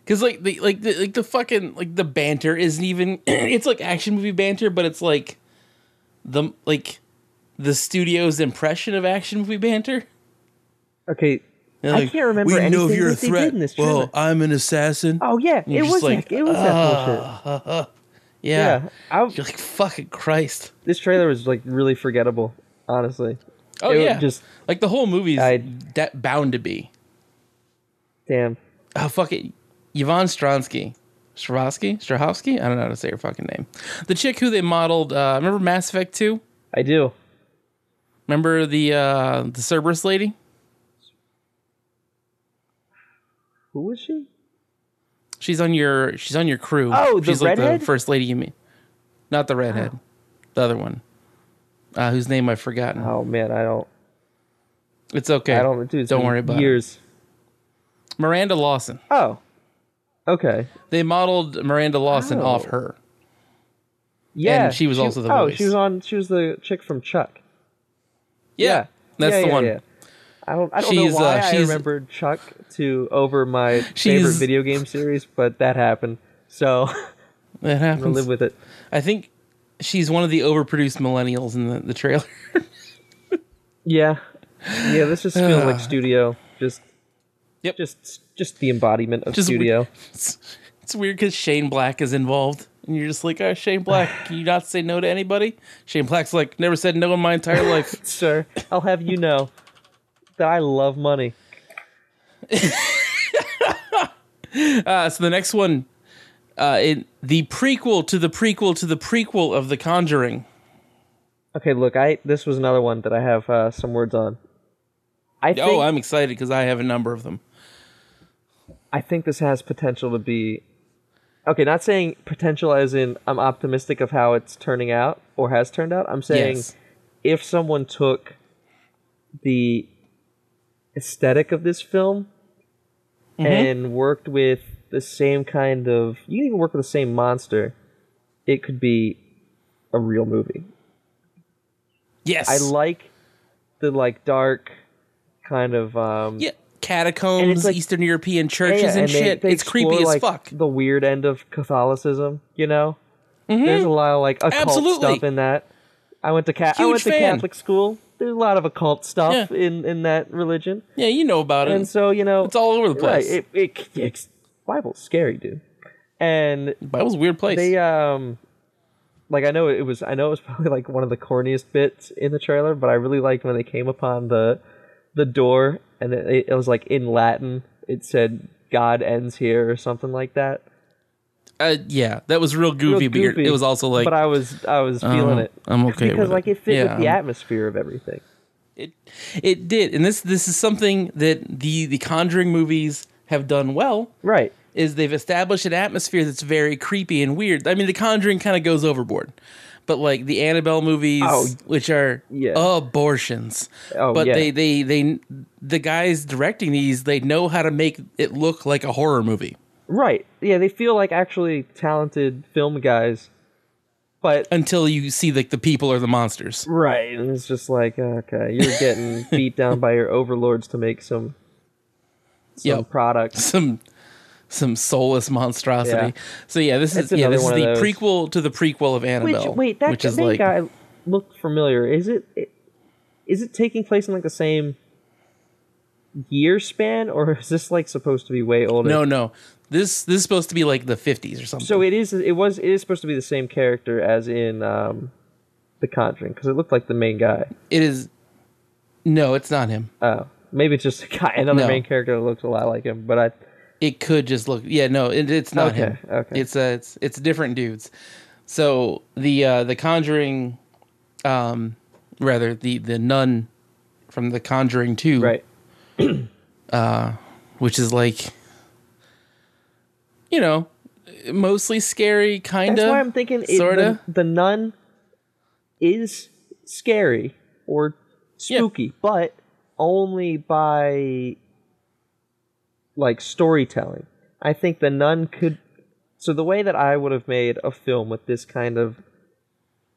Speaker 2: cuz like the like the like the fucking like the banter isn't even it's like action movie banter, but it's like the like the studio's impression of action movie banter.
Speaker 3: Okay,
Speaker 2: They're
Speaker 3: I can't remember
Speaker 2: We know if
Speaker 3: anything
Speaker 2: you're a
Speaker 3: that they did
Speaker 2: threat.
Speaker 3: in this
Speaker 2: well,
Speaker 3: trailer."
Speaker 2: I'm an assassin.
Speaker 3: Oh yeah,
Speaker 2: you're
Speaker 3: it
Speaker 2: just
Speaker 3: was
Speaker 2: like, "Ah."
Speaker 3: that, it was that bullshit.
Speaker 2: yeah.
Speaker 3: Yeah, I,
Speaker 2: You're like fucking Christ.
Speaker 3: this trailer was like really forgettable. Honestly,
Speaker 2: Oh
Speaker 3: It
Speaker 2: yeah.
Speaker 3: just
Speaker 2: like the whole movie's
Speaker 3: I-
Speaker 2: that bound to be.
Speaker 3: damn.
Speaker 2: Oh fuck it, Yvonne Stransky, Strahovski, Strahovski. I don't know how to say her fucking name. The chick who they modeled. Uh, remember Mass Effect Two?
Speaker 3: I do.
Speaker 2: Remember the uh, the Cerberus lady,
Speaker 3: Who was she?
Speaker 2: She's on your she's on your crew.
Speaker 3: Oh, the
Speaker 2: she's like
Speaker 3: redhead? Oh.
Speaker 2: the first lady you meet. Not the redhead, the other one, uh, whose name I've forgotten.
Speaker 3: Oh man, I don't.
Speaker 2: It's okay.
Speaker 3: I don't. Dude, it's
Speaker 2: don't
Speaker 3: been
Speaker 2: worry about
Speaker 3: years.
Speaker 2: it. Miranda Lawson.
Speaker 3: Oh, okay.
Speaker 2: They modeled Miranda Lawson
Speaker 3: Oh.
Speaker 2: off her.
Speaker 3: Yeah,
Speaker 2: she was also the
Speaker 3: Oh,
Speaker 2: voice.
Speaker 3: she was on. She was the chick from Chuck.
Speaker 2: Yeah, that's
Speaker 3: Yeah,
Speaker 2: the
Speaker 3: yeah,
Speaker 2: one.
Speaker 3: yeah. I don't. I don't
Speaker 2: She's,
Speaker 3: know why
Speaker 2: uh,
Speaker 3: I
Speaker 2: she's-
Speaker 3: remembered Chuck to over my favorite
Speaker 2: She's-
Speaker 3: video game series, but that happened. So
Speaker 2: That
Speaker 3: I'll
Speaker 2: happens.
Speaker 3: live with it.
Speaker 2: I think she's one of the overproduced millennials in the, the trailer.
Speaker 3: Yeah, yeah. This just feels like studio. Just.
Speaker 2: Yep.
Speaker 3: Just, just the embodiment of
Speaker 2: Just we-
Speaker 3: studio.
Speaker 2: It's, it's weird because Shane Black is involved, and you're just like, oh, Shane Black, can you not say no to anybody? Shane Black's like, never said no in my entire life.
Speaker 3: Sir, I'll have you know that I love money.
Speaker 2: Uh, so the next one, uh, it, the prequel to the prequel to the prequel of The Conjuring.
Speaker 3: Okay, look, I this was another one that I have uh, some words on. I think
Speaker 2: Oh, I'm excited because I have a number of them.
Speaker 3: I think this has potential to be okay. Not saying potential as in I'm optimistic of how it's turning out or has turned out. I'm saying
Speaker 2: Yes.
Speaker 3: if someone took the aesthetic of this film and worked with the same kind of you can even work with the same monster, it could be a real movie.
Speaker 2: Yes.
Speaker 3: I like the like dark kind of um
Speaker 2: yeah.
Speaker 3: And
Speaker 2: Catacombs,
Speaker 3: it's like-
Speaker 2: Eastern European
Speaker 3: yeah,
Speaker 2: churches and,
Speaker 3: they-
Speaker 2: shit.
Speaker 3: they
Speaker 2: it's creepy
Speaker 3: explore,
Speaker 2: as
Speaker 3: like,
Speaker 2: fuck.
Speaker 3: The weird end of Catholicism, you know. There's a lot of like occult
Speaker 2: Mm-hmm. Absolutely.
Speaker 3: stuff in that. I went to ca- I
Speaker 2: Huge
Speaker 3: went to
Speaker 2: fan.
Speaker 3: Catholic school. There's a lot of occult stuff
Speaker 2: Yeah.
Speaker 3: in in that religion,
Speaker 2: Yeah, you know about
Speaker 3: and
Speaker 2: it.
Speaker 3: so you know
Speaker 2: It's all over the
Speaker 3: right,
Speaker 2: place.
Speaker 3: it, it, it's, Bible's scary, dude. And
Speaker 2: Bible's a weird place.
Speaker 3: they um like I know it was I know it was probably like one of the corniest bits in the trailer, but I really liked when they came upon the the door and it, it was like in Latin. It said "God ends here" or something like that.
Speaker 2: uh, yeah, that was real
Speaker 3: Real
Speaker 2: goofy, but
Speaker 3: goofy,
Speaker 2: it was also like,
Speaker 3: but I was I was
Speaker 2: I don't
Speaker 3: feeling
Speaker 2: know.
Speaker 3: it
Speaker 2: I'm okay
Speaker 3: because
Speaker 2: with
Speaker 3: like it fit
Speaker 2: Yeah,
Speaker 3: with the
Speaker 2: I'm-
Speaker 3: atmosphere of everything.
Speaker 2: It it did, and this this is something that the the Conjuring movies have done well.
Speaker 3: Right.
Speaker 2: Is they've established an atmosphere that's very creepy and weird. I mean, the Conjuring kind of goes overboard, but like the Annabelle movies,
Speaker 3: Oh,
Speaker 2: which are
Speaker 3: yeah.
Speaker 2: abortions,
Speaker 3: Oh,
Speaker 2: but
Speaker 3: yeah.
Speaker 2: they they they the guys directing these they know how to make it look like a horror movie
Speaker 3: Right. Yeah, they feel like actually talented film guys, but
Speaker 2: until you see like the people or the monsters.
Speaker 3: Right, and it's just like okay, you're getting beat down by your overlords to make some some
Speaker 2: Yep.
Speaker 3: product.
Speaker 2: some some soulless monstrosity.
Speaker 3: Yeah.
Speaker 2: So yeah, this is
Speaker 3: That's
Speaker 2: yeah,
Speaker 3: another
Speaker 2: this is
Speaker 3: one of
Speaker 2: the
Speaker 3: those.
Speaker 2: prequel to the prequel of Annabelle.
Speaker 3: Which wait, that,
Speaker 2: which is
Speaker 3: that
Speaker 2: like
Speaker 3: guy looked familiar. Is it it- is it taking place in like the same year span, or is this like supposed to be way older?
Speaker 2: no, no. This this is supposed to be like the 50s or something.
Speaker 3: So it is. It was. It is supposed to be the same character as in um, the Conjuring because it looked like the main guy.
Speaker 2: it is No, it's not him.
Speaker 3: Oh, maybe it's just a guy, another
Speaker 2: No.
Speaker 3: main character that looks a lot like him. But I
Speaker 2: It could just look Yeah, no, it, it's not
Speaker 3: Okay,
Speaker 2: him.
Speaker 3: okay.
Speaker 2: It's uh, it's it's different dudes. So the uh the Conjuring um rather the the nun from the Conjuring 2
Speaker 3: right.
Speaker 2: which is like you know mostly scary kind
Speaker 3: That's
Speaker 2: of
Speaker 3: why I'm thinking it,
Speaker 2: sorta.
Speaker 3: the, the nun is scary or spooky, but only by like storytelling. I think the nun could. So the way that I would have made a film with this kind of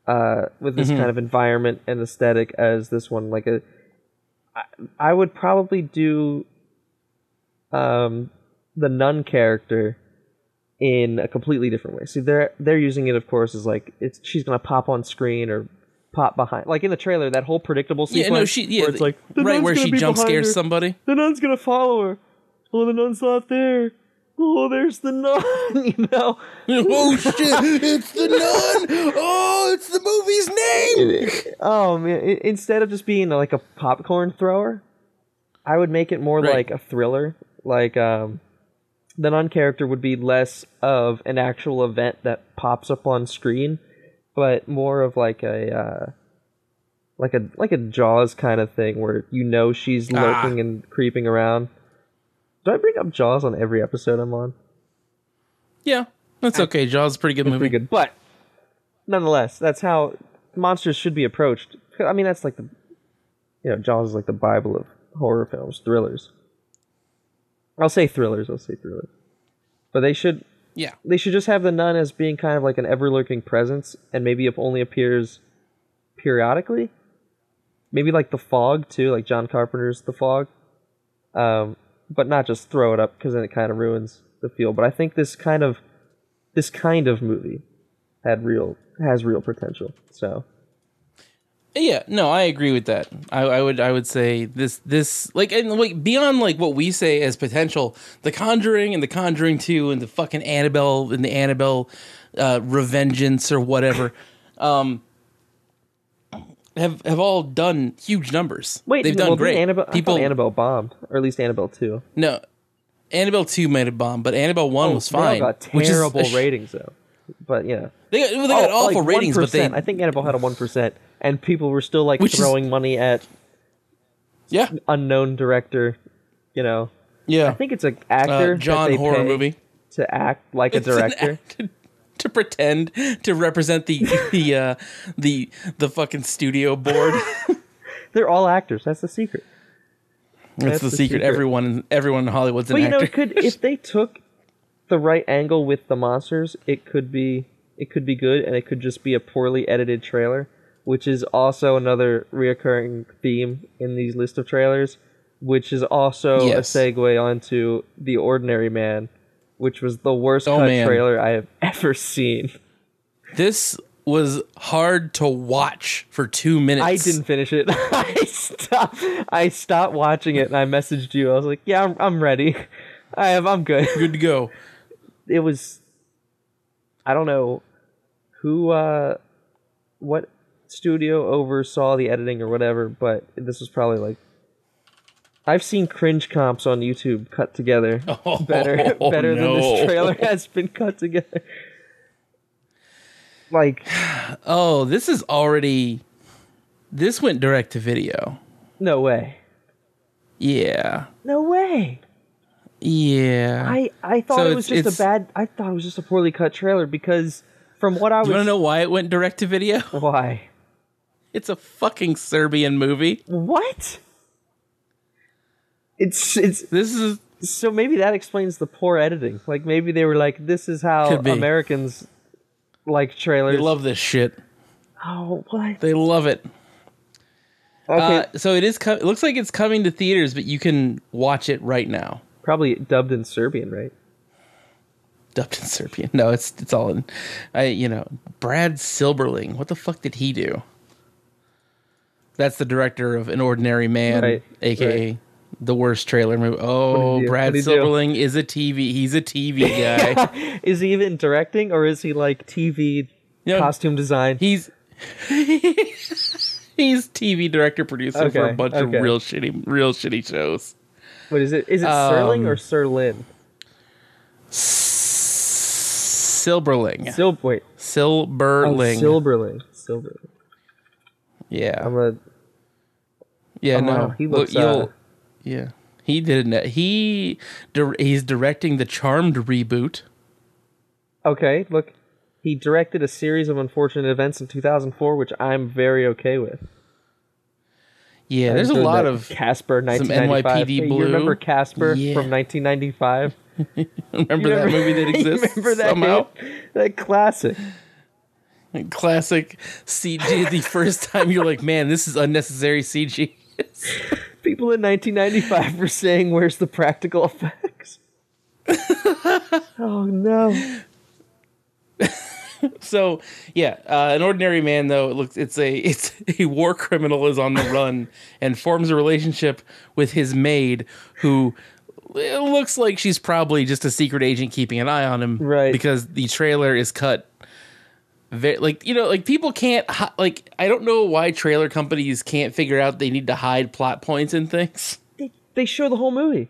Speaker 3: uh, with this kind of environment and aesthetic as this one, like a, I, I would probably do um, the nun character in a completely different way. See, they're they're using it, of course, as like it's she's gonna pop on screen or pop behind, like in the trailer, that whole predictable
Speaker 2: Yeah,
Speaker 3: sequence
Speaker 2: no, she yeah,
Speaker 3: where it's like the
Speaker 2: right
Speaker 3: nun's
Speaker 2: where
Speaker 3: gonna
Speaker 2: she
Speaker 3: be
Speaker 2: jump
Speaker 3: behind
Speaker 2: scares
Speaker 3: her.
Speaker 2: somebody.
Speaker 3: The nun's gonna follow her. Oh, the nun's not there. Oh, there's the nun. you know,
Speaker 2: oh shit! It's the nun. Oh, it's the movie's name.
Speaker 3: oh man. i- instead of just being like a popcorn thrower, I would make it more
Speaker 2: Right.
Speaker 3: like a thriller. Like um, the nun character would be less of an actual event that pops up on screen, but more of like a. Uh, like a like a Jaws kind of thing where you know she's
Speaker 2: Ah.
Speaker 3: lurking and creeping around. Do I bring up Jaws on every episode I'm on?
Speaker 2: Yeah, that's okay. Jaws is a pretty good movie.
Speaker 3: pretty good. But nonetheless, that's how monsters should be approached. I mean, that's like the you know Jaws is like the bible of horror films, thrillers. I'll say thrillers. I'll say thrillers. But they should
Speaker 2: Yeah,
Speaker 3: they should just have the nun as being kind of like an ever lurking presence, and maybe if only appears periodically. Maybe like the fog too, like John Carpenter's The Fog. Um, but not just throw it up because then it kind of ruins the feel. But I think this kind of this kind of movie had real has real potential. So
Speaker 2: yeah. No, I agree with that. I, I would, I would say this, this like, and like beyond like what we say as potential, The Conjuring and The Conjuring Two and the fucking Annabelle and the Annabelle uh, Revengeance or whatever. um, have have all done huge numbers.
Speaker 3: wait,
Speaker 2: they've
Speaker 3: well,
Speaker 2: done
Speaker 3: didn't
Speaker 2: great.
Speaker 3: Annabelle, I thought
Speaker 2: People,
Speaker 3: Annabelle bombed, or at least Annabelle two.
Speaker 2: no, Annabelle two made a bomb, but Annabelle one was fine.
Speaker 3: They all Oh, got
Speaker 2: which is a
Speaker 3: terrible
Speaker 2: sh-
Speaker 3: ratings though. But yeah.
Speaker 2: They got, well, they got
Speaker 3: Oh,
Speaker 2: awful
Speaker 3: like
Speaker 2: ratings, but they
Speaker 3: 1%. I think Annabelle had a one percent, and people were still like
Speaker 2: Which is-
Speaker 3: throwing money at
Speaker 2: yeah
Speaker 3: unknown director. You know,
Speaker 2: yeah
Speaker 3: I think it's an actor,
Speaker 2: uh,
Speaker 3: that
Speaker 2: John
Speaker 3: they
Speaker 2: horror
Speaker 3: pay
Speaker 2: movie.
Speaker 3: to act like a
Speaker 2: It's an
Speaker 3: director.
Speaker 2: act to- to pretend to represent the the uh, the the fucking studio board.
Speaker 3: They're all actors. That's the secret.
Speaker 2: That's the,
Speaker 3: the
Speaker 2: secret.
Speaker 3: secret.
Speaker 2: Everyone in everyone in Hollywood's an
Speaker 3: But you know,
Speaker 2: actor.
Speaker 3: it could if they took the right angle with the monsters, it could be it could be good, and it could just be a poorly edited trailer, which is also another reoccurring theme in these list of trailers, which is also
Speaker 2: Yes.
Speaker 3: a segue onto the Ordinary Man, which was the worst
Speaker 2: Oh,
Speaker 3: cut
Speaker 2: man.
Speaker 3: trailer I have ever seen.
Speaker 2: this was hard to watch for two minutes.
Speaker 3: I didn't finish it. I stopped. I stopped watching it, and I messaged you. I was like, "Yeah, I'm, I'm ready. I am. I'm good."
Speaker 2: Good to go.
Speaker 3: it was I don't know who uh what studio oversaw the editing or whatever, but this was probably like I've seen cringe comps on YouTube cut together
Speaker 2: Oh,
Speaker 3: better better than
Speaker 2: no.
Speaker 3: this trailer has been cut together. Like
Speaker 2: Oh, this is already. This went direct to video.
Speaker 3: no way.
Speaker 2: Yeah,
Speaker 3: No way.
Speaker 2: yeah.
Speaker 3: I I thought
Speaker 2: So
Speaker 3: it was
Speaker 2: it's-
Speaker 3: just a bad I thought it was just a poorly cut trailer because from what I
Speaker 2: you want to
Speaker 3: was
Speaker 2: know why it went direct to video?
Speaker 3: why.
Speaker 2: It's a fucking Serbian movie.
Speaker 3: What? It's it's
Speaker 2: This is
Speaker 3: so maybe that explains the poor editing. Like maybe they were like, this is how
Speaker 2: Could be.
Speaker 3: Americans like
Speaker 2: they
Speaker 3: trailers.
Speaker 2: love this shit.
Speaker 3: oh, what?
Speaker 2: They love it.
Speaker 3: Okay,
Speaker 2: Uh, so it is. Co- it looks like it's coming to theaters, but you can watch it right now.
Speaker 3: probably dubbed in Serbian, right?
Speaker 2: Dubbed in Serbian. No, it's it's all in. I you know Brad Silberling. What the fuck did he do? That's the director of An Ordinary Man,
Speaker 3: Right,
Speaker 2: aka the worst trailer movie. Oh,
Speaker 3: do?
Speaker 2: Brad
Speaker 3: What'd he do?
Speaker 2: Silberling is a TV. He's a TV guy.
Speaker 3: Is he even directing, or is he like TV
Speaker 2: Yeah.
Speaker 3: costume design?
Speaker 2: he's he's TV director producer for a
Speaker 3: Okay,
Speaker 2: bunch
Speaker 3: okay.
Speaker 2: of real shitty real shitty shows.
Speaker 3: what is it? Is it Serling
Speaker 2: um,
Speaker 3: or Serlin?
Speaker 2: Silberling.
Speaker 3: Sil- wait, oh,
Speaker 2: Silberling.
Speaker 3: Silberling. Silberling.
Speaker 2: yeah.
Speaker 3: I'm a
Speaker 2: yeah,
Speaker 3: oh,
Speaker 2: no.
Speaker 3: wow, he
Speaker 2: Look,
Speaker 3: looks, uh,
Speaker 2: you'll- yeah. He did it. He dir- he's directing the Charmed reboot.
Speaker 3: okay. Look, he directed a series of unfortunate events in 2004, which I'm very okay with.
Speaker 2: Yeah, there's a
Speaker 3: Doing
Speaker 2: lot
Speaker 3: that
Speaker 2: of
Speaker 3: Casper 1995.
Speaker 2: NYPD
Speaker 3: Hey,
Speaker 2: Blue.
Speaker 3: You remember Casper
Speaker 2: Yeah.
Speaker 3: from 1995?
Speaker 2: remember, that movie that exists.
Speaker 3: remember that
Speaker 2: somehow.
Speaker 3: game? That classic.
Speaker 2: Classic CG. The first time you're like, man, this is unnecessary CG.
Speaker 3: People in 1995 were saying, "Where's the practical effects?" oh no!
Speaker 2: So yeah, uh, an ordinary man though it looks it's a it's a war criminal is on the run and forms a relationship with his maid who it looks like she's probably just a secret agent keeping an eye on him
Speaker 3: Right.
Speaker 2: because the trailer is cut very, like you know like people can't hi- like I don't know why trailer companies can't figure out they need to hide plot points and things.
Speaker 3: They, they show the whole movie,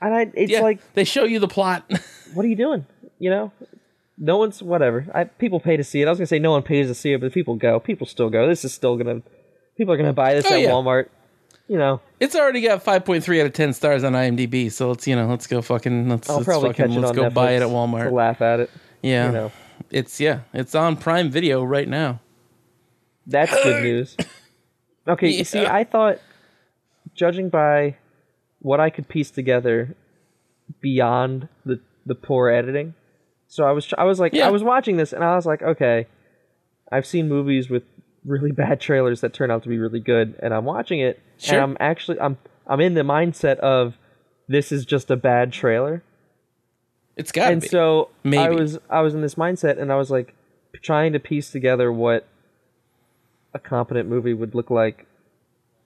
Speaker 3: and I, it's
Speaker 2: Yeah,
Speaker 3: like,
Speaker 2: they show you the plot.
Speaker 3: what are you doing? You know, no one's whatever. I, people pay to see it. I was gonna say no one pays to see it, but if people go. People still go. This is still gonna. People are gonna buy this
Speaker 2: Oh,
Speaker 3: at
Speaker 2: yeah.
Speaker 3: Walmart. You know,
Speaker 2: It's already got 5.3 out of 10 stars on IMDb, so let's you know let's go fucking let's,
Speaker 3: I'll
Speaker 2: let's
Speaker 3: probably
Speaker 2: fucking
Speaker 3: catch it
Speaker 2: let's
Speaker 3: on
Speaker 2: go
Speaker 3: Netflix
Speaker 2: buy it at
Speaker 3: to
Speaker 2: Walmart.
Speaker 3: laugh at it.
Speaker 2: yeah,
Speaker 3: You know,
Speaker 2: it's yeah, it's on Prime Video right now.
Speaker 3: that's good news. Okay, you see,
Speaker 2: Yeah.
Speaker 3: I thought, judging by what I could piece together beyond the the poor editing, so I was tr- I was like
Speaker 2: Yeah.
Speaker 3: I was watching this and I was like, okay, I've seen movies with really bad trailers that turn out to be really good, and I'm watching it
Speaker 2: Sure.
Speaker 3: and I'm actually I'm I'm in the mindset of this is just a bad trailer
Speaker 2: It's got to
Speaker 3: and
Speaker 2: be.
Speaker 3: so I
Speaker 2: Maybe.
Speaker 3: was I was in this mindset, and I was like trying to piece together what a competent movie would look like,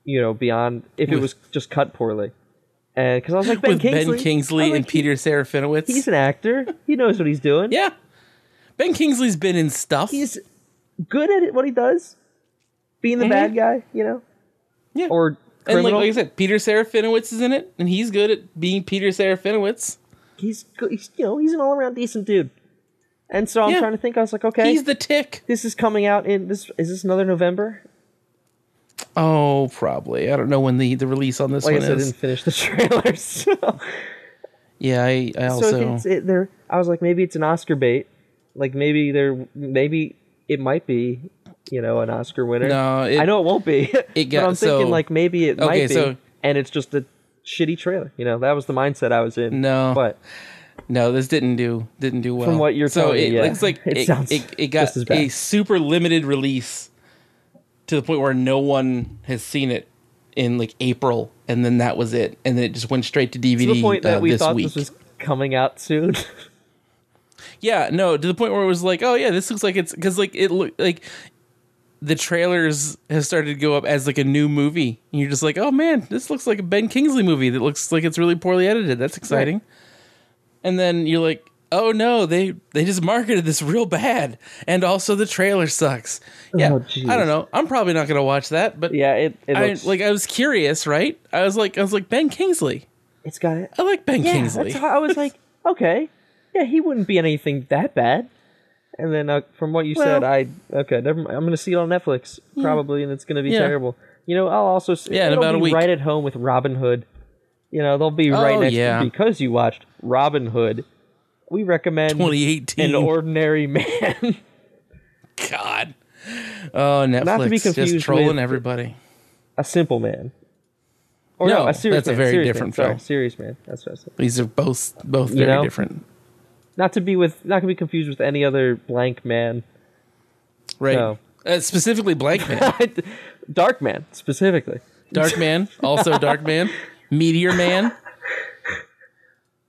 Speaker 3: you know, beyond if it
Speaker 2: With-
Speaker 3: was just cut poorly. And because I was like Ben
Speaker 2: With
Speaker 3: Kingsley,
Speaker 2: Ben Kingsley
Speaker 3: I'm like,
Speaker 2: and Peter Serafinowicz.
Speaker 3: he's an actor. He knows what he's doing.
Speaker 2: yeah. Ben Kingsley's been in stuff.
Speaker 3: he's good at it, what he does, being the bad guy, you know,
Speaker 2: yeah.
Speaker 3: or
Speaker 2: Mm-hmm. and like,
Speaker 3: criminal.
Speaker 2: like I said, Peter Serafinowicz is in it, and he's good at being Peter Serafinowicz.
Speaker 3: he's, go- he's you know he's an all around decent dude. And so I'm
Speaker 2: Yeah.
Speaker 3: trying to think. I was like, okay,
Speaker 2: He's the tick.
Speaker 3: this is coming out in this. Is this another November?
Speaker 2: Oh, probably. I don't know when the, the release on this
Speaker 3: like I
Speaker 2: one
Speaker 3: said, I
Speaker 2: is.
Speaker 3: didn't finish the trailer, so,
Speaker 2: Yeah, I, I
Speaker 3: so
Speaker 2: also.
Speaker 3: I think it's, it, there. I was like, maybe it's an Oscar bait. Like maybe there, maybe it might be, you know, an Oscar winner.
Speaker 2: No, it-
Speaker 3: I know it won't be.
Speaker 2: it got-
Speaker 3: but I'm thinking
Speaker 2: so-
Speaker 3: like maybe it
Speaker 2: Okay,
Speaker 3: might be,
Speaker 2: so-
Speaker 3: and it's just a shitty trailer. You know, that was the mindset I was in.
Speaker 2: No.
Speaker 3: but
Speaker 2: No, this didn't do didn't do well.
Speaker 3: From what you're
Speaker 2: so
Speaker 3: telling me,
Speaker 2: it
Speaker 3: yeah.
Speaker 2: looks like
Speaker 3: It
Speaker 2: it
Speaker 3: sounds
Speaker 2: it, it got
Speaker 3: just as bad.
Speaker 2: a super limited release to the point where no one has seen it in like April, and then that was it, and then it just went straight to DVD
Speaker 3: to the point that
Speaker 2: uh,
Speaker 3: we
Speaker 2: this
Speaker 3: thought
Speaker 2: week.
Speaker 3: this was coming out soon.
Speaker 2: Yeah, no, to the point where it was like, oh yeah, this looks like it's because like it look like the trailers have started to go up as like a new movie, and you're just like, oh man, this looks like a Ben Kingsley movie that looks like it's really poorly edited. That's exciting. And then you're like, oh no, they they just marketed this real bad, and also the trailer sucks. Yeah,
Speaker 3: Oh, jeez.
Speaker 2: I don't know. I'm probably not gonna watch that, but
Speaker 3: yeah, it, it
Speaker 2: I
Speaker 3: looks,
Speaker 2: like I was curious, right? I was like, I was like Ben Kingsley.
Speaker 3: it's got it.
Speaker 2: I like Ben
Speaker 3: Yeah,
Speaker 2: Kingsley.
Speaker 3: That's how I was like, okay, yeah, he wouldn't be anything that bad. And then uh, from what you said,
Speaker 2: Well-
Speaker 3: I okay, never mind. I'm going to see it on Netflix probably, and it's going to be
Speaker 2: Yeah.
Speaker 3: terrible. You know, I'll also see,
Speaker 2: Yeah, in
Speaker 3: it'll
Speaker 2: about a
Speaker 3: be
Speaker 2: week.
Speaker 3: right at home with Robin Hood. You know, they'll be right
Speaker 2: Oh,
Speaker 3: next
Speaker 2: yeah.
Speaker 3: because you watched Robin Hood. We recommend
Speaker 2: 2018.
Speaker 3: an ordinary man.
Speaker 2: God. Oh, Netflix
Speaker 3: to be confused
Speaker 2: just trolling
Speaker 3: with-
Speaker 2: everybody.
Speaker 3: a simple man. Or
Speaker 2: No,
Speaker 3: no, a serious
Speaker 2: that's a
Speaker 3: man,
Speaker 2: very
Speaker 3: serious
Speaker 2: different
Speaker 3: man,
Speaker 2: film.
Speaker 3: Sorry, serious man. That's what I said.
Speaker 2: These are both both
Speaker 3: You
Speaker 2: very
Speaker 3: know?
Speaker 2: different.
Speaker 3: Not to be with, not to be confused with any other blank man.
Speaker 2: Right.
Speaker 3: No.
Speaker 2: Uh, specifically Blank Man.
Speaker 3: Dark man specifically.
Speaker 2: Dark Man, also Dark Man, Meteor Man.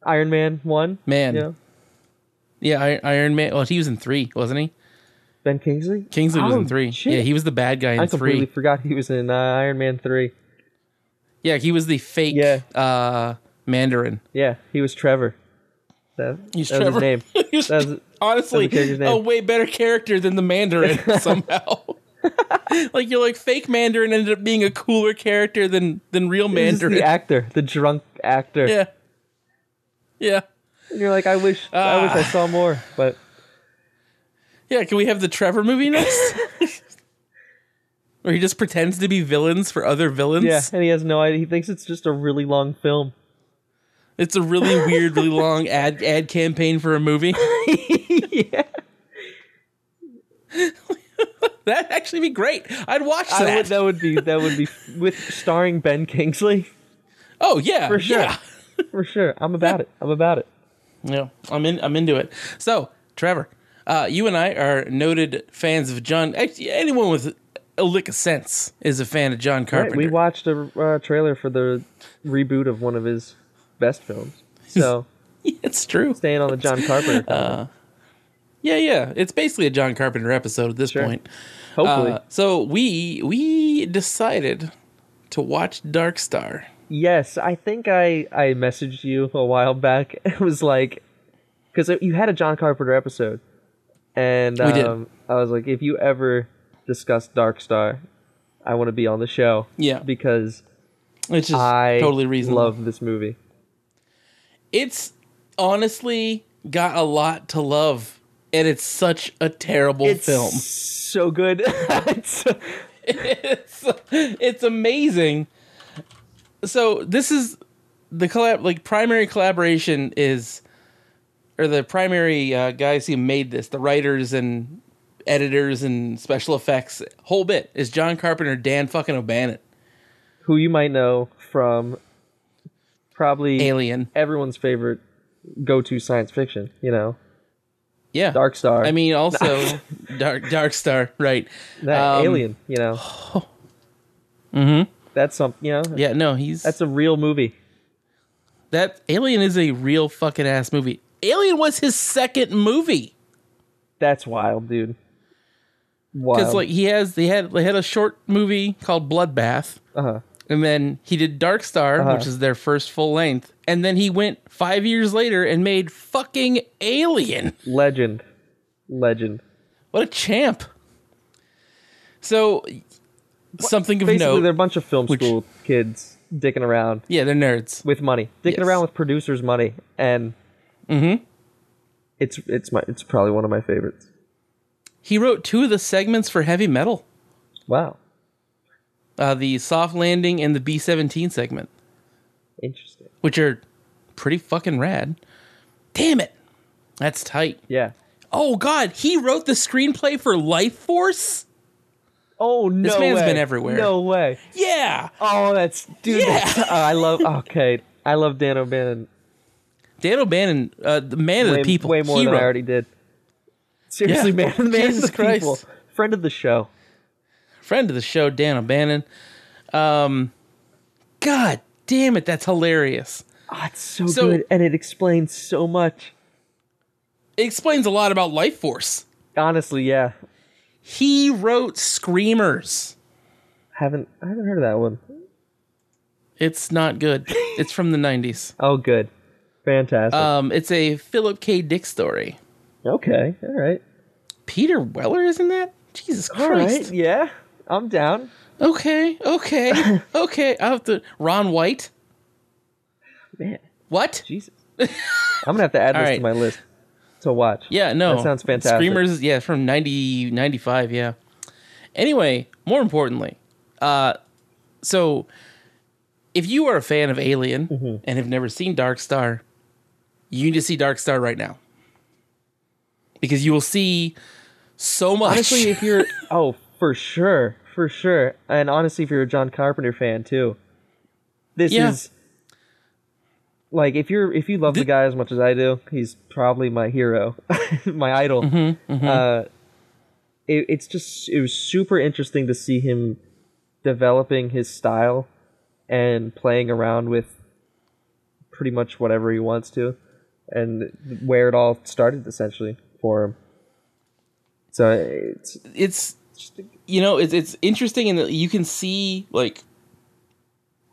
Speaker 3: Iron Man one.
Speaker 2: Man.
Speaker 3: You know,
Speaker 2: Yeah, I- Iron Man. Well, he was in 3, wasn't he?
Speaker 3: ben Kingsley.
Speaker 2: Kingsley was in
Speaker 3: Oh,
Speaker 2: 3.
Speaker 3: shit.
Speaker 2: Yeah, he was the bad guy in
Speaker 3: I
Speaker 2: 3.
Speaker 3: completely forgot he was in uh, Iron Man three.
Speaker 2: Yeah, he was the fake
Speaker 3: Yeah.
Speaker 2: uh Mandarin.
Speaker 3: Yeah, he was Trevor. That,
Speaker 2: He's
Speaker 3: that
Speaker 2: Trevor.
Speaker 3: was his name.
Speaker 2: He was-
Speaker 3: That was-
Speaker 2: honestly,
Speaker 3: that was the character's name.
Speaker 2: a way better character than the Mandarin somehow. like you're like fake Mandarin ended up being a cooler character than than real
Speaker 3: This is
Speaker 2: Mandarin.
Speaker 3: the actor, the drunk actor.
Speaker 2: yeah. Yeah.
Speaker 3: And you're like, I wish,
Speaker 2: Ah.
Speaker 3: I wish I saw more. But
Speaker 2: Yeah, can we have the Trevor movie next? Where he just pretends to be villains for other villains.
Speaker 3: yeah, and he has no idea. He thinks it's just a really long film.
Speaker 2: It's a really weird, really long ad ad campaign for a movie.
Speaker 3: yeah,
Speaker 2: That'd actually be great. I'd watch that.
Speaker 3: I would, that would be that would be with starring Ben Kingsley
Speaker 2: oh yeah.
Speaker 3: for sure.
Speaker 2: Yeah.
Speaker 3: For sure, I'm about it. I'm about it.
Speaker 2: Yeah, I'm in. I'm into it. So, Trevor, uh, you and I are noted fans of John. Actually, anyone with a lick of sense is a fan of John
Speaker 3: All right,
Speaker 2: Carpenter.
Speaker 3: we watched a uh, trailer for the reboot of one of his best films. So
Speaker 2: it's true. Uh,
Speaker 3: staying on the John Carpenter. topic.
Speaker 2: Yeah, yeah. It's basically a John Carpenter episode at this
Speaker 3: Sure.
Speaker 2: point.
Speaker 3: Hopefully,
Speaker 2: Uh, so we we decided to watch Dark Star.
Speaker 3: yes. I think I I messaged you a while back. It was like because you had a John Carpenter episode, and
Speaker 2: We did.
Speaker 3: um, I was like, if you ever discuss Dark Star, I want to be on the show.
Speaker 2: Yeah.
Speaker 3: because
Speaker 2: Which is
Speaker 3: I
Speaker 2: totally reasonable.
Speaker 3: love this movie.
Speaker 2: It's honestly got a lot to love, and it's such a terrible
Speaker 3: It's
Speaker 2: film.
Speaker 3: so good. It's-
Speaker 2: it's it's amazing. So this is the collab like primary collaboration is or the primary uh, guys who made this, the writers and editors and special effects whole bit is John Carpenter, Dan fucking O'Bannon,
Speaker 3: who you might know from probably
Speaker 2: Alien.
Speaker 3: everyone's favorite go-to science fiction. You know,
Speaker 2: Yeah.
Speaker 3: Dark Star.
Speaker 2: I mean also Dark Dark Star, right.
Speaker 3: that
Speaker 2: um,
Speaker 3: Alien. You know, mm-hmm. that's something. You know,
Speaker 2: Yeah, no, he's
Speaker 3: that's a real movie.
Speaker 2: that Alien is a real fucking ass movie. Alien was his second movie.
Speaker 3: That's wild, dude.
Speaker 2: because
Speaker 3: Wild.
Speaker 2: like he has they had they had a short movie called Bloodbath,
Speaker 3: Uh-huh.
Speaker 2: and then he did Dark Star, which is their first full length, and then he went five years later and made fucking Alien.
Speaker 3: legend, legend.
Speaker 2: What a champ! So something of
Speaker 3: Basically, they're a
Speaker 2: note,
Speaker 3: bunch of film
Speaker 2: Which-
Speaker 3: school kids dicking around
Speaker 2: yeah, they're nerds.
Speaker 3: with money, dicking
Speaker 2: Yes. Mm-hmm.
Speaker 3: around with producers' money, and it's it's my it's probably one of my favorites.
Speaker 2: He wrote two of the segments for Heavy Metal,
Speaker 3: Wow,
Speaker 2: uh, the Soft Landing and the B seventeen segment,
Speaker 3: interesting.
Speaker 2: which are pretty fucking rad. Damn it, that's tight.
Speaker 3: Yeah.
Speaker 2: Oh God, he wrote the screenplay for Life Force.
Speaker 3: Oh no!
Speaker 2: man's
Speaker 3: way.
Speaker 2: been everywhere.
Speaker 3: No way.
Speaker 2: Yeah.
Speaker 3: Oh, that's dude.
Speaker 2: Yeah.
Speaker 3: that's- oh, I love. Okay, I love Dan O'Bannon
Speaker 2: Dan O'Bannon, uh, the man of
Speaker 3: way,
Speaker 2: the people.
Speaker 3: way more
Speaker 2: hero.
Speaker 3: than I already did. Seriously,
Speaker 2: Yeah.
Speaker 3: man, the man
Speaker 2: Jesus
Speaker 3: of the people,
Speaker 2: Christ.
Speaker 3: friend of the show.
Speaker 2: Friend of the show, Dan O'Bannon. Um, God damn it, that's hilarious.
Speaker 3: Oh, it's so,
Speaker 2: So-
Speaker 3: good, and it explains so much.
Speaker 2: It explains a lot about Life Force.
Speaker 3: Honestly, yeah,
Speaker 2: He wrote Screamers.
Speaker 3: haven't I haven't heard of that one.
Speaker 2: It's not good. It's from the 90s.
Speaker 3: Oh, good, fantastic.
Speaker 2: Um, it's a Philip K. Dick story.
Speaker 3: okay, all right,
Speaker 2: Peter Weller, isn't that? Jesus
Speaker 3: all right,
Speaker 2: Christ.
Speaker 3: yeah, I'm down.
Speaker 2: Okay, okay, okay. I have to. Ron White.
Speaker 3: Man,
Speaker 2: What?
Speaker 3: Jesus, I'm gonna have to add this
Speaker 2: All
Speaker 3: to
Speaker 2: right.
Speaker 3: my list to watch.
Speaker 2: Yeah, no.
Speaker 3: That sounds fantastic.
Speaker 2: Screamers, yeah, from 90, 95, yeah. Anyway, more importantly, uh, so if you are a fan of Alien
Speaker 3: Mm-hmm.
Speaker 2: and have never seen Dark Star, you need to see Dark Star right now. Because you will see so much.
Speaker 3: honestly, if you're oh, for sure, for sure, and honestly, if you're a John Carpenter fan too, this
Speaker 2: Yeah.
Speaker 3: is like if you're if you love the guy as much as I do, he's probably my hero, my idol. Uh, it, it's just it was super interesting to see him developing his style and playing around with pretty much whatever he wants to, and where it all started essentially for him. So it's
Speaker 2: it's you know it's it's interesting in that you can see like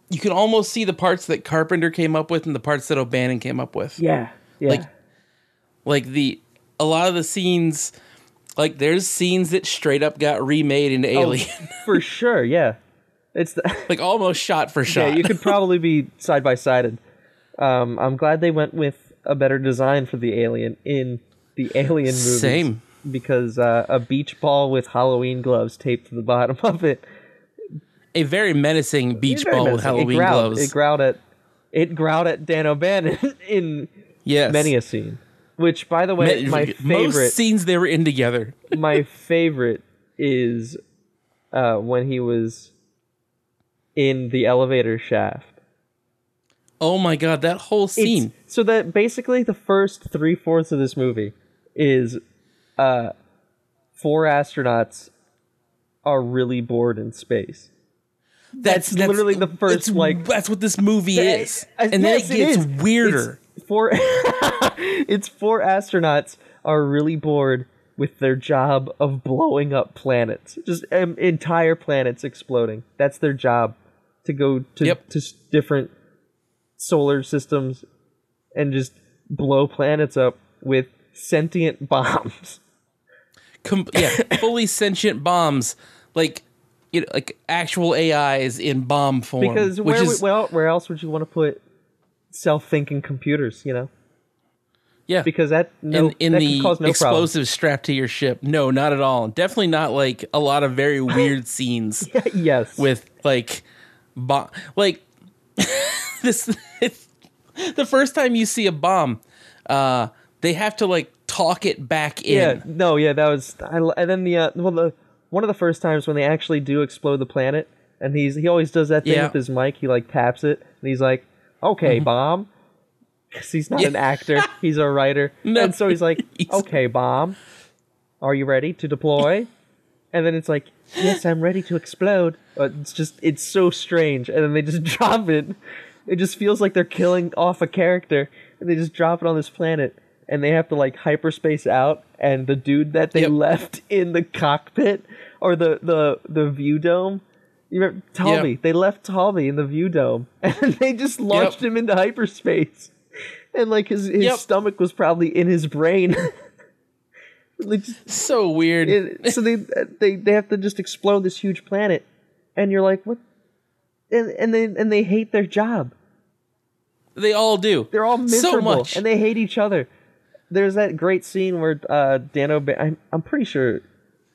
Speaker 2: you can almost see the parts that Carpenter came up with and the parts that O'Bannon came up with.
Speaker 3: Yeah. Yeah.
Speaker 2: Like- like the a lot of the scenes like there's scenes that straight up got remade
Speaker 3: Oh.
Speaker 2: into alien
Speaker 3: for sure, yeah. It's the
Speaker 2: like almost shot for shot
Speaker 3: yeah, you could probably be side by sided. Um I'm glad they went with a better design for the alien in the alien movie.
Speaker 2: Same.
Speaker 3: Because uh, a beach ball with Halloween gloves taped to the bottom of it.
Speaker 2: a very menacing beach ball with
Speaker 3: it
Speaker 2: halloween
Speaker 3: growled,
Speaker 2: gloves
Speaker 3: It growled at it growled at Dan O'Bannon in
Speaker 2: yes
Speaker 3: many a scene. Which by the way,
Speaker 2: Ma-
Speaker 3: my favorite
Speaker 2: most scenes they were in together
Speaker 3: my favorite is uh, when he was in the elevator shaft.
Speaker 2: oh my god that whole
Speaker 3: It's-
Speaker 2: scene
Speaker 3: so that basically the first three fourths of this movie is uh, four astronauts are really bored in space.
Speaker 2: that's,
Speaker 3: that's literally the first,
Speaker 2: it's-
Speaker 3: like-
Speaker 2: that's what this movie is
Speaker 3: Uh,
Speaker 2: and
Speaker 3: yes,
Speaker 2: then it gets
Speaker 3: is.
Speaker 2: weirder
Speaker 3: It's four, it's four astronauts are really bored with their job of blowing up planets, just um, entire planets exploding. That's their job to go to
Speaker 2: Yep.
Speaker 3: to s- different solar systems and just blow planets up with sentient bombs.
Speaker 2: Com- yeah, fully sentient bombs, like you know, like actual AIs in bomb form.
Speaker 3: Because
Speaker 2: which
Speaker 3: where
Speaker 2: is
Speaker 3: well, where else would you want to put self-thinking computers? You know,
Speaker 2: yeah,
Speaker 3: because that no,
Speaker 2: in, in
Speaker 3: that
Speaker 2: the
Speaker 3: can cause no
Speaker 2: explosives
Speaker 3: problem.
Speaker 2: strapped to your ship. No, not at all. Definitely not like a lot of very weird scenes
Speaker 3: yes,
Speaker 2: with like, bomb. Like this, the first time you see a bomb, uh, they have to like talk it back in.
Speaker 3: yeah, no, yeah, that was. I, l- and then the uh, well, the one of the first times when they actually do explode the planet, and he's he always does that thing
Speaker 2: Yeah. Mm-hmm.
Speaker 3: with his mic. He like taps it, and he's like, "Okay, bomb," because he's not an actor; he's a writer.
Speaker 2: No,
Speaker 3: and so he's like,
Speaker 2: he's-
Speaker 3: "Okay, bomb, are you ready to deploy?" and then it's like, "Yes, I'm ready to explode." But it's just it's so strange, and then they just drop it. It just feels like they're killing off a character, and they just drop it on this planet, and they have to like hyperspace out. And the dude that they
Speaker 2: Yep.
Speaker 3: left in the cockpit or the the the view dome, you remember Talby?
Speaker 2: Yeah.
Speaker 3: They left Talby in the view dome, and they just launched him into hyperspace, and like his his
Speaker 2: Yep.
Speaker 3: stomach was probably in his brain. They just-
Speaker 2: So weird.
Speaker 3: it, so they uh, they they have to just explode this huge planet, and you're like, what? And and they and they hate their job.
Speaker 2: they all do.
Speaker 3: They're all
Speaker 2: so
Speaker 3: miserable,
Speaker 2: much.
Speaker 3: and they hate each other. There's that great scene where uh, Dan O'Bannon. I'm, I'm pretty sure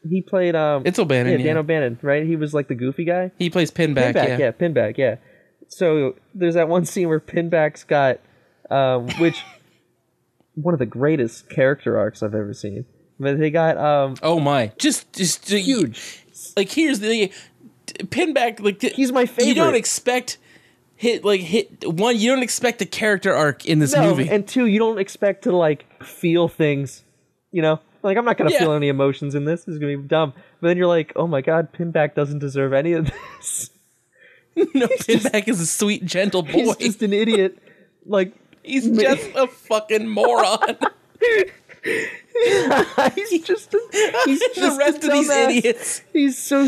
Speaker 3: he played. Um,
Speaker 2: It's O'Bannon,
Speaker 3: Dan
Speaker 2: yeah.
Speaker 3: O'Bannon, right? He was like the goofy guy.
Speaker 2: he plays pinback.
Speaker 3: Pinback,
Speaker 2: yeah.
Speaker 3: yeah. Pinback, yeah. So there's that one scene where Pinback's got, um, which one of the greatest character arcs I've ever seen. But they got um,
Speaker 2: Oh my! Just, just uh,
Speaker 3: huge.
Speaker 2: Like here's the pinback. Like the,
Speaker 3: He's my
Speaker 2: You don't
Speaker 3: favorite.
Speaker 2: expect hit like hit one. You don't expect a character arc in this
Speaker 3: No,
Speaker 2: movie.
Speaker 3: and two, you don't expect to like feel things, you know. Like I'm not gonna
Speaker 2: Yeah.
Speaker 3: feel any emotions in this. This is gonna be dumb. But then you're like, oh my god, Pinback doesn't deserve any of this.
Speaker 2: no, pinback is a sweet, gentle boy.
Speaker 3: He's just an idiot. Like ma-
Speaker 2: a fucking moron.
Speaker 3: he's just a, he's just
Speaker 2: the rest
Speaker 3: a
Speaker 2: of these
Speaker 3: dumbass.
Speaker 2: idiots.
Speaker 3: He's so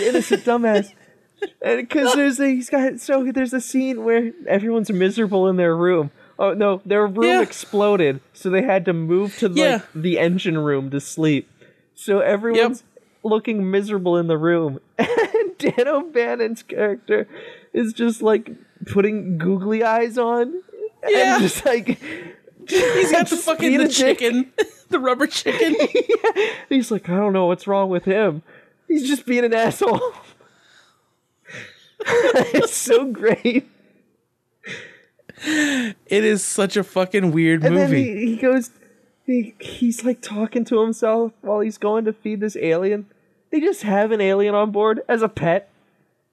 Speaker 3: innocent dumbass. And
Speaker 2: Oh.
Speaker 3: because there's a, he's got so there's a scene where everyone's miserable in their room. Oh no, their room
Speaker 2: Yeah.
Speaker 3: exploded, so they had to move to
Speaker 2: Yeah.
Speaker 3: like the engine room to sleep. So everyone's looking miserable in the room, and Dan O'Bannon's character is just like putting googly eyes on,
Speaker 2: Yeah.
Speaker 3: and just like
Speaker 2: He's got the
Speaker 3: Just
Speaker 2: fucking
Speaker 3: being
Speaker 2: the
Speaker 3: a dick.
Speaker 2: chicken, the rubber chicken.
Speaker 3: he's like, I don't know what's wrong with him. He's just being an asshole. it's so great.
Speaker 2: It is such a fucking weird
Speaker 3: And then
Speaker 2: movie.
Speaker 3: he, he goes, he, he's like talking to himself while he's going to feed this alien. They just have an alien on board as a pet.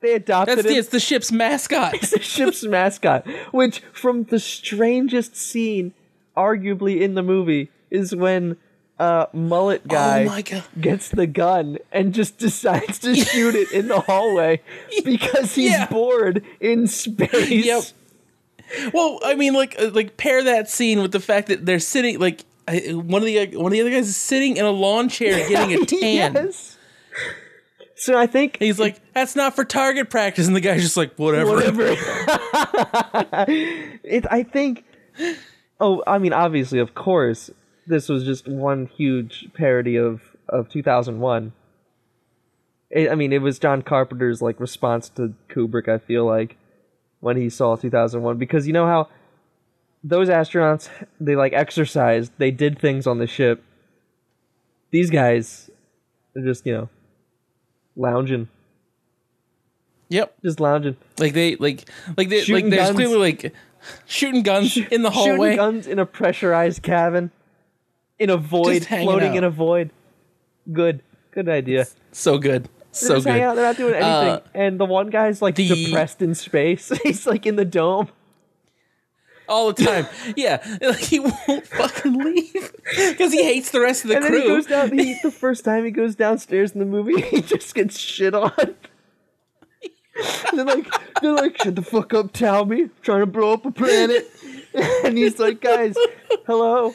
Speaker 3: They adopted
Speaker 2: That's
Speaker 3: him.
Speaker 2: the, it's the ship's mascot.
Speaker 3: the ship's mascot, which from the strangest scene, arguably in the movie, is when uh, mullet guy
Speaker 2: Oh my God.
Speaker 3: gets the gun and just decides to shoot it in the hallway because he's
Speaker 2: Yeah.
Speaker 3: bored in space.
Speaker 2: Yep. Well, I mean, like, uh, like pair that scene with the fact that they're sitting, like, I, one of the uh, one of the other guys is sitting in a lawn chair getting a tan.
Speaker 3: Yes. So I think
Speaker 2: He's like, "That's not for target practice," and the guy's just like, "Whatever."
Speaker 3: whatever. it, I think. Oh, I mean, obviously, of course, this was just one huge parody of of 2001. It, I mean, it was John Carpenter's like response to Kubrick. I feel like when he saw 2001, because you know how those astronauts they like exercised, they did things on the ship. These guys, they're just you know, lounging,
Speaker 2: Yep.
Speaker 3: just lounging.
Speaker 2: Like they like like they
Speaker 3: Shooting
Speaker 2: like there's
Speaker 3: guns.
Speaker 2: clearly like shooting guns in the hallway.
Speaker 3: Shooting guns in a pressurized cabin, in a void,
Speaker 2: Just hanging
Speaker 3: floating
Speaker 2: out.
Speaker 3: in a void. Good, good idea.
Speaker 2: So good.
Speaker 3: They're
Speaker 2: So
Speaker 3: just hanging out.
Speaker 2: good.
Speaker 3: They're not doing anything.
Speaker 2: Uh,
Speaker 3: and the one guy's like
Speaker 2: the-
Speaker 3: depressed in space. He's like in the dome.
Speaker 2: All the time. Yeah. Like he won't fucking leave because he hates the rest of the
Speaker 3: And then
Speaker 2: crew.
Speaker 3: he goes down. He, the first time he goes downstairs in the movie, he just gets shit on. they're like, they're like, shut the fuck up, Talby. I'm trying to blow up a planet. and he's like, guys, hello,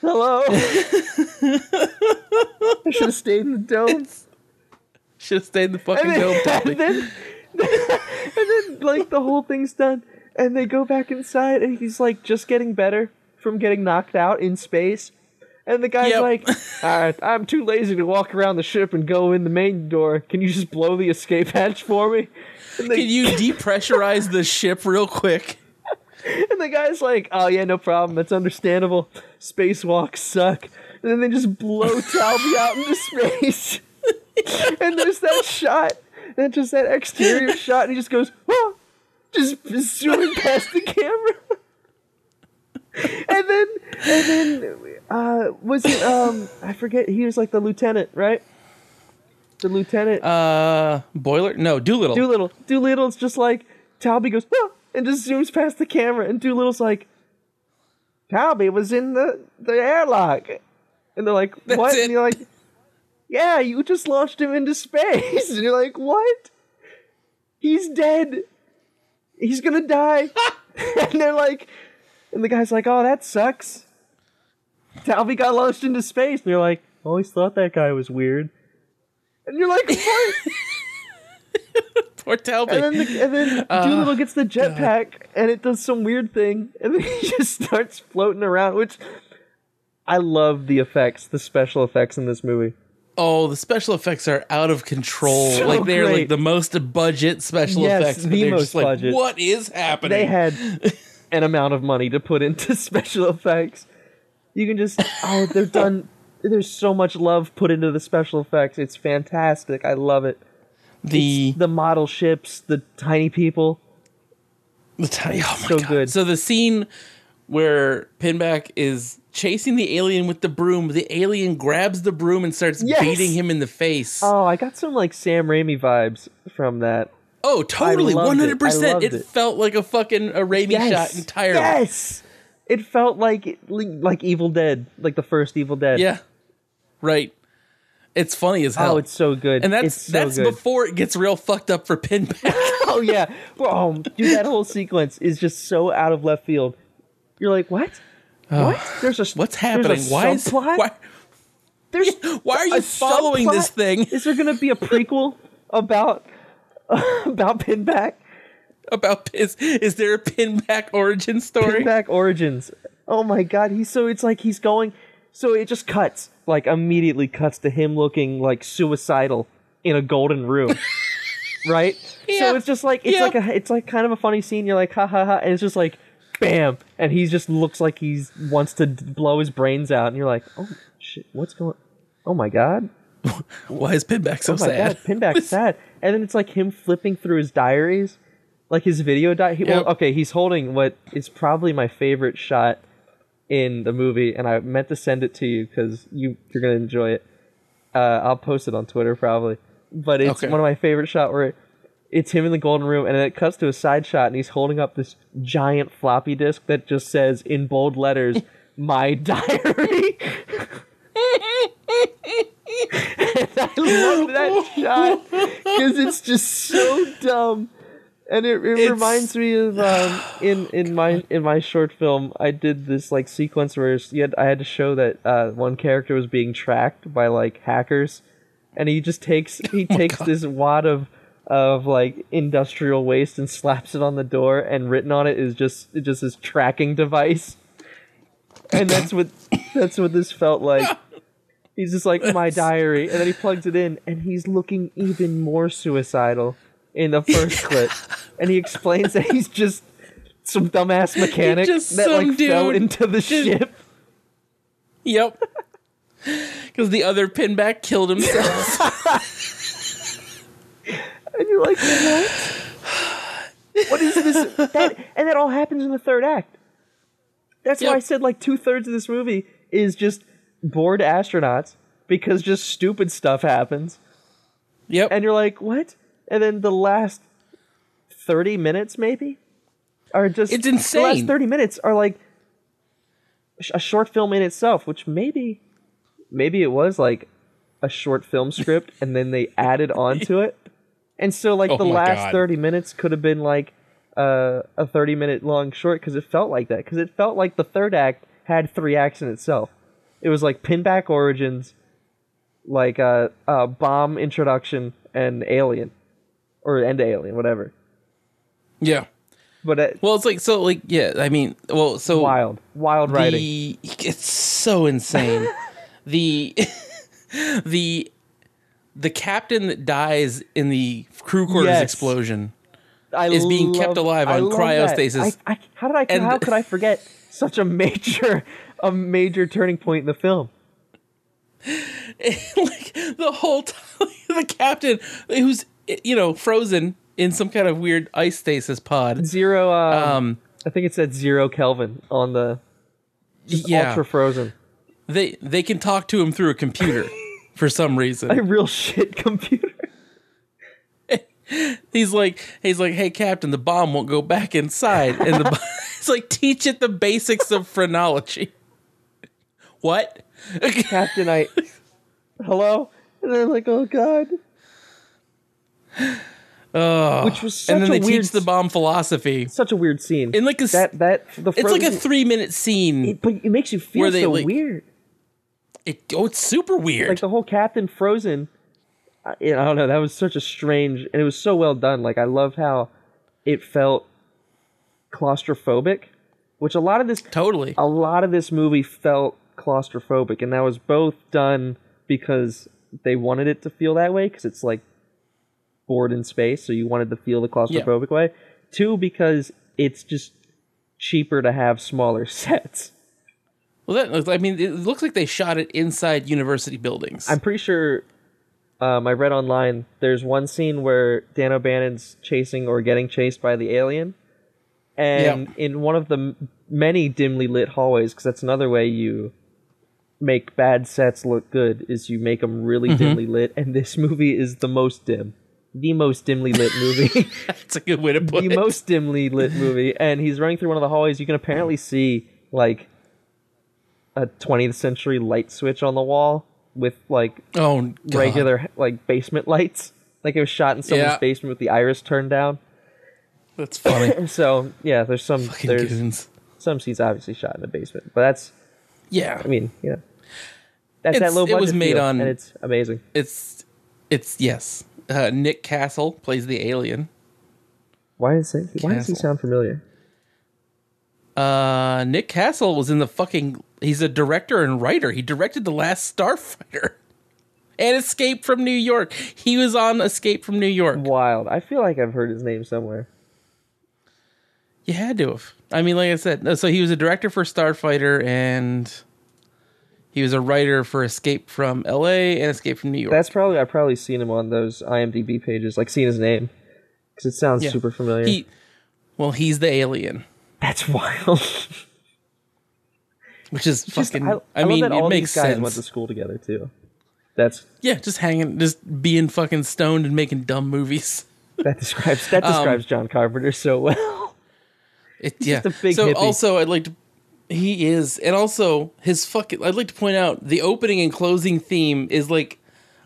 Speaker 3: Hello. I should have stayed in the dome.
Speaker 2: Should have stayed in the fucking
Speaker 3: And then,
Speaker 2: dome. Bobby.
Speaker 3: and then, and then, like the whole thing's done, and they go back inside, and he's like just getting better from getting knocked out in space. And the guy's
Speaker 2: Yep.
Speaker 3: like, "Uh, "I'm too lazy to walk around the ship and go in the main door. Can you just blow the escape hatch for me?" And they,
Speaker 2: Can you depressurize the ship real quick?
Speaker 3: And the guy's like, oh yeah, no problem. That's understandable. Spacewalks suck. And then they just blow Talby out into space. and there's that shot, that just that exterior shot, and he just goes, "Ah," just zooming past the camera. and then, and then, uh, was it, um, I forget, he was like the lieutenant, right? The lieutenant.
Speaker 2: Uh, boiler? No, Doolittle.
Speaker 3: Doolittle. Doolittle's just like Talby goes "Ah," and just zooms past the camera, and Doolittle's like, Talby was in the the airlock, and they're like,
Speaker 2: That's
Speaker 3: what?
Speaker 2: it.
Speaker 3: And you're like, yeah, you just launched him into space, and you're like, what? He's dead. He's gonna die. and they're like, and the guy's like, oh, that sucks. Talby got launched into space, and they're like, always thought that guy was weird. And you're like, what?
Speaker 2: Poor Talbot.
Speaker 3: And then, the, and then Doolittle gets the jetpack, and it does some weird thing, and then he just starts floating around. Which I love the effects, the special effects in this movie.
Speaker 2: oh, the special effects are out of control.
Speaker 3: So
Speaker 2: like they're like
Speaker 3: great.
Speaker 2: the most budget special
Speaker 3: Yes,
Speaker 2: effects. but
Speaker 3: the
Speaker 2: they're
Speaker 3: most
Speaker 2: just like,
Speaker 3: budget.
Speaker 2: what is happening?
Speaker 3: They had an amount of money to put into special effects. You can just oh, they're done. There's so much love put into the special effects. It's fantastic. I love it.
Speaker 2: the
Speaker 3: The model ships, the tiny people.
Speaker 2: The tiny, oh my
Speaker 3: So
Speaker 2: god!
Speaker 3: good.
Speaker 2: So the scene where Pinback is chasing the alien with the broom, the alien grabs the broom and starts
Speaker 3: Yes!
Speaker 2: beating him in the face.
Speaker 3: Oh, I got some like Sam Raimi vibes from that.
Speaker 2: oh, totally,
Speaker 3: loved it. I
Speaker 2: one hundred percent.
Speaker 3: loved
Speaker 2: It
Speaker 3: it.
Speaker 2: felt like a fucking a Raimi shot entirely.
Speaker 3: Yes, it felt like like Evil Dead, like the first Evil Dead.
Speaker 2: Yeah, right. It's funny as hell.
Speaker 3: Oh, it's so good.
Speaker 2: and that's
Speaker 3: It's so
Speaker 2: that's
Speaker 3: good.
Speaker 2: before it gets real fucked up for Pinback.
Speaker 3: oh yeah. Oh, dude, that whole sequence is just so out of left field. You're like, what? what? There's a
Speaker 2: What's happening?
Speaker 3: There's a
Speaker 2: Why is
Speaker 3: subplot?
Speaker 2: why?
Speaker 3: There's
Speaker 2: why are you
Speaker 3: a
Speaker 2: following this
Speaker 3: subplot?
Speaker 2: thing?
Speaker 3: Is there gonna be a prequel about about Pinback?
Speaker 2: about is is there a Pinback origin story?
Speaker 3: Pinback Origins. Oh my god, he's so it's like he's going so it just cuts like immediately cuts to him looking like suicidal in a golden room. right?
Speaker 2: Yeah.
Speaker 3: So it's just like it's
Speaker 2: Yeah.
Speaker 3: like a it's like kind of a funny scene. You're like ha ha ha and it's just like bam and he just looks like he's wants to d- blow his brains out and you're like, "Oh shit, what's going Oh my god.
Speaker 2: Why is Pinback so
Speaker 3: Oh my
Speaker 2: sad?
Speaker 3: god, Pinback's sad. And then it's like him flipping through his diaries, like his video diary.
Speaker 2: Yep.
Speaker 3: Well, okay, he's holding what is probably my favorite shot in the movie, and I meant to send it to you because you you're gonna enjoy it. Uh, I'll post it on Twitter probably, but it's
Speaker 2: Okay.
Speaker 3: one of my favorite shot where it's him in the golden room, and then it cuts to a side shot, and he's holding up this giant floppy disk that just says in bold letters, "My diary." I love that shot because it's just so dumb, and it, it
Speaker 2: It's-
Speaker 3: reminds me of um, in in my in my short film I did this like sequence where you had, I had to show that uh, one character was being tracked by like hackers, and he just takes he takes this wad of of like industrial waste and slaps it on the door, and written on it is just it just this tracking device, and that's what that's what this felt like. He's just like my diary, and then he plugs it in, and he's looking even more suicidal in the first clip. And he explains that he's just some dumbass mechanic
Speaker 2: just
Speaker 3: that
Speaker 2: some
Speaker 3: like fell
Speaker 2: dude.
Speaker 3: into the ship.
Speaker 2: Yep. Because the other pinback killed himself.
Speaker 3: And you're like, what? What is this? That, and that all happens in the third act. That's
Speaker 2: Yep.
Speaker 3: why I said like two thirds of this movie is just bored astronauts because just stupid stuff happens.
Speaker 2: yep.
Speaker 3: and you're like, what? And then the last thirty minutes, maybe, are just
Speaker 2: It's
Speaker 3: The
Speaker 2: insane.
Speaker 3: last thirty minutes are like sh- a short film in itself, which maybe, maybe it was like a short film script, and then they added on to it, and so like
Speaker 2: Oh
Speaker 3: the
Speaker 2: my
Speaker 3: last
Speaker 2: God.
Speaker 3: thirty minutes could have been like uh, a thirty minute long short because it felt like that because it felt like the third act had three acts in itself. It was like Pinback Origins, like uh, uh, Bomb Introduction, and Alien, or End Alien, whatever.
Speaker 2: Yeah.
Speaker 3: But uh,
Speaker 2: Well, it's like so, like yeah. I mean, well, so
Speaker 3: wild, wild writing.
Speaker 2: the it's so insane. the the the captain that dies in the crew quarters
Speaker 3: Yes.
Speaker 2: explosion.
Speaker 3: I
Speaker 2: is being
Speaker 3: love-
Speaker 2: kept alive
Speaker 3: I
Speaker 2: on
Speaker 3: love that.
Speaker 2: cryostasis.
Speaker 3: I, I, how did I?
Speaker 2: And-
Speaker 3: how could I forget such a major, a major turning point in the film?
Speaker 2: like the whole time, the captain who's you know frozen in some kind of weird ice stasis pod.
Speaker 3: Zero. Uh,
Speaker 2: Um,
Speaker 3: I think it said zero Kelvin on the
Speaker 2: yeah,
Speaker 3: ultra frozen.
Speaker 2: they they can talk to him through a computer for some reason.
Speaker 3: A real shit computer.
Speaker 2: he's like he's like hey captain the bomb won't go back inside and the it's like teach it the basics of phrenology what
Speaker 3: Captain, I. Hello. And they're like, oh god. Which was such
Speaker 2: and then
Speaker 3: a
Speaker 2: they
Speaker 3: weird,
Speaker 2: teach the bomb philosophy
Speaker 3: such a weird scene.
Speaker 2: in like a s-
Speaker 3: that that the
Speaker 2: it's like a
Speaker 3: frozen-
Speaker 2: three minute scene
Speaker 3: it, but it makes you feel
Speaker 2: where they,
Speaker 3: so
Speaker 2: like-
Speaker 3: weird.
Speaker 2: it, oh it's super weird
Speaker 3: like the whole captain frozen I, I don't know that was such a strange and it was so well done like i love how it felt claustrophobic which a lot of this
Speaker 2: totally
Speaker 3: a lot of this movie felt claustrophobic and that was both done because they wanted it to feel that way because it's like bored in space so you wanted to feel the claustrophobic way two because it's just cheaper to have smaller sets
Speaker 2: well that looks i mean it looks like they shot it inside university buildings
Speaker 3: I'm pretty sure um, I read online there's one scene where Dan O'Bannon's chasing or getting chased by the alien. And in one of the m- many dimly lit hallways, because that's another way you make bad sets look good, is you make them really dimly lit. And this movie is the most dim. The most dimly lit movie.
Speaker 2: that's a good way to put
Speaker 3: the
Speaker 2: it
Speaker 3: most dimly lit movie. And he's running through one of the hallways. You can apparently see, like, a 20th century light switch on the wall with, like,
Speaker 2: oh God.
Speaker 3: regular like basement lights. Like it was shot in someone's
Speaker 2: Yeah.
Speaker 3: basement with the iris turned down.
Speaker 2: that's funny
Speaker 3: And so yeah, there's some
Speaker 2: Fucking
Speaker 3: there's
Speaker 2: goons.
Speaker 3: some scenes obviously shot in the basement, but that's
Speaker 2: yeah
Speaker 3: I mean you know that's that
Speaker 2: It's-
Speaker 3: low
Speaker 2: it
Speaker 3: budget.
Speaker 2: was made
Speaker 3: feel,
Speaker 2: on-
Speaker 3: and it's amazing.
Speaker 2: it's it's yes uh, nick castle plays the alien
Speaker 3: Why does it? Why does he
Speaker 2: Castle.
Speaker 3: sound familiar?
Speaker 2: Uh, Nick Castle was in the fucking. He's a director and writer. He directed the last Starfighter and Escape from New York. He was on Escape from New York.
Speaker 3: Wild. I feel like I've heard his name somewhere.
Speaker 2: You had to have. I mean, like I said, no, so he was a director for Starfighter and he was a writer for Escape from L.A. and Escape from New York.
Speaker 3: That's probably I've probably seen him on those IMDb pages, like seen his name because it sounds
Speaker 2: Yeah.
Speaker 3: super familiar.
Speaker 2: He, well, he's the alien,
Speaker 3: that's wild.
Speaker 2: which is
Speaker 3: Just,
Speaker 2: fucking.
Speaker 3: I,
Speaker 2: I,
Speaker 3: I love
Speaker 2: mean,
Speaker 3: that all
Speaker 2: it makes
Speaker 3: these guys
Speaker 2: sense.
Speaker 3: went to school together too. That's
Speaker 2: yeah, just hanging, just being fucking stoned and making dumb movies.
Speaker 3: that describes
Speaker 2: Um,
Speaker 3: that describes John Carpenter so well.
Speaker 2: It, yeah.
Speaker 3: just a big
Speaker 2: so
Speaker 3: hippie.
Speaker 2: also, I'd like to. He is, and also his fucking. I'd like to point out the opening and closing theme is like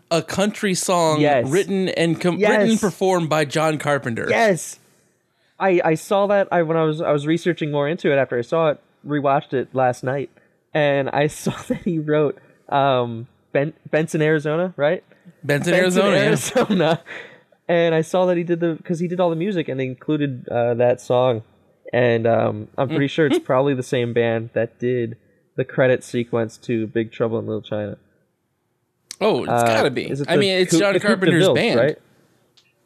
Speaker 2: a country song
Speaker 3: Yes.
Speaker 2: written and com-
Speaker 3: Yes.
Speaker 2: written and performed by John Carpenter.
Speaker 3: Yes. I I saw that I when I was I was researching more into it after I saw it, rewatched it last night, and I saw that he wrote um ben, Benson, Arizona, right?
Speaker 2: Benson, Arizona. yeah.
Speaker 3: Benson, Arizona. And I saw that he did the because he did all the music and they included uh, that song, and um, I'm pretty sure it's probably the same band that did the credit sequence to Big Trouble in Little China.
Speaker 2: Oh, it's
Speaker 3: Uh,
Speaker 2: gotta be.
Speaker 3: is it
Speaker 2: I
Speaker 3: the
Speaker 2: mean, it's
Speaker 3: Coup-
Speaker 2: John
Speaker 3: the Coup de
Speaker 2: Carpenter's
Speaker 3: Ville,
Speaker 2: band.
Speaker 3: right?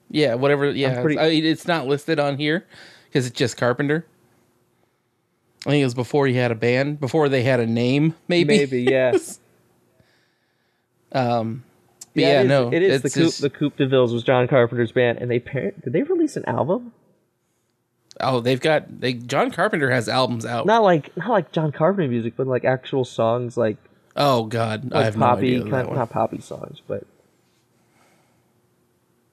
Speaker 2: Yeah, whatever. Yeah,
Speaker 3: pretty-
Speaker 2: I- it's not listed on here because it's just Carpenter. I think it was before he had a band, before they had a name, maybe.
Speaker 3: Maybe, yeah.
Speaker 2: Um, but yeah,
Speaker 3: it is,
Speaker 2: no,
Speaker 3: it is the
Speaker 2: it's
Speaker 3: Coop,
Speaker 2: just-
Speaker 3: the Coop de Villes was John Carpenter's band, and they par- did they release an album?
Speaker 2: Oh, they've got they. John Carpenter has albums out.
Speaker 3: Not like not like John Carpenter music, but like actual songs, like,
Speaker 2: oh God, I
Speaker 3: like
Speaker 2: have no
Speaker 3: poppy,
Speaker 2: idea.
Speaker 3: kind
Speaker 2: that
Speaker 3: of,
Speaker 2: one.
Speaker 3: not poppy songs, but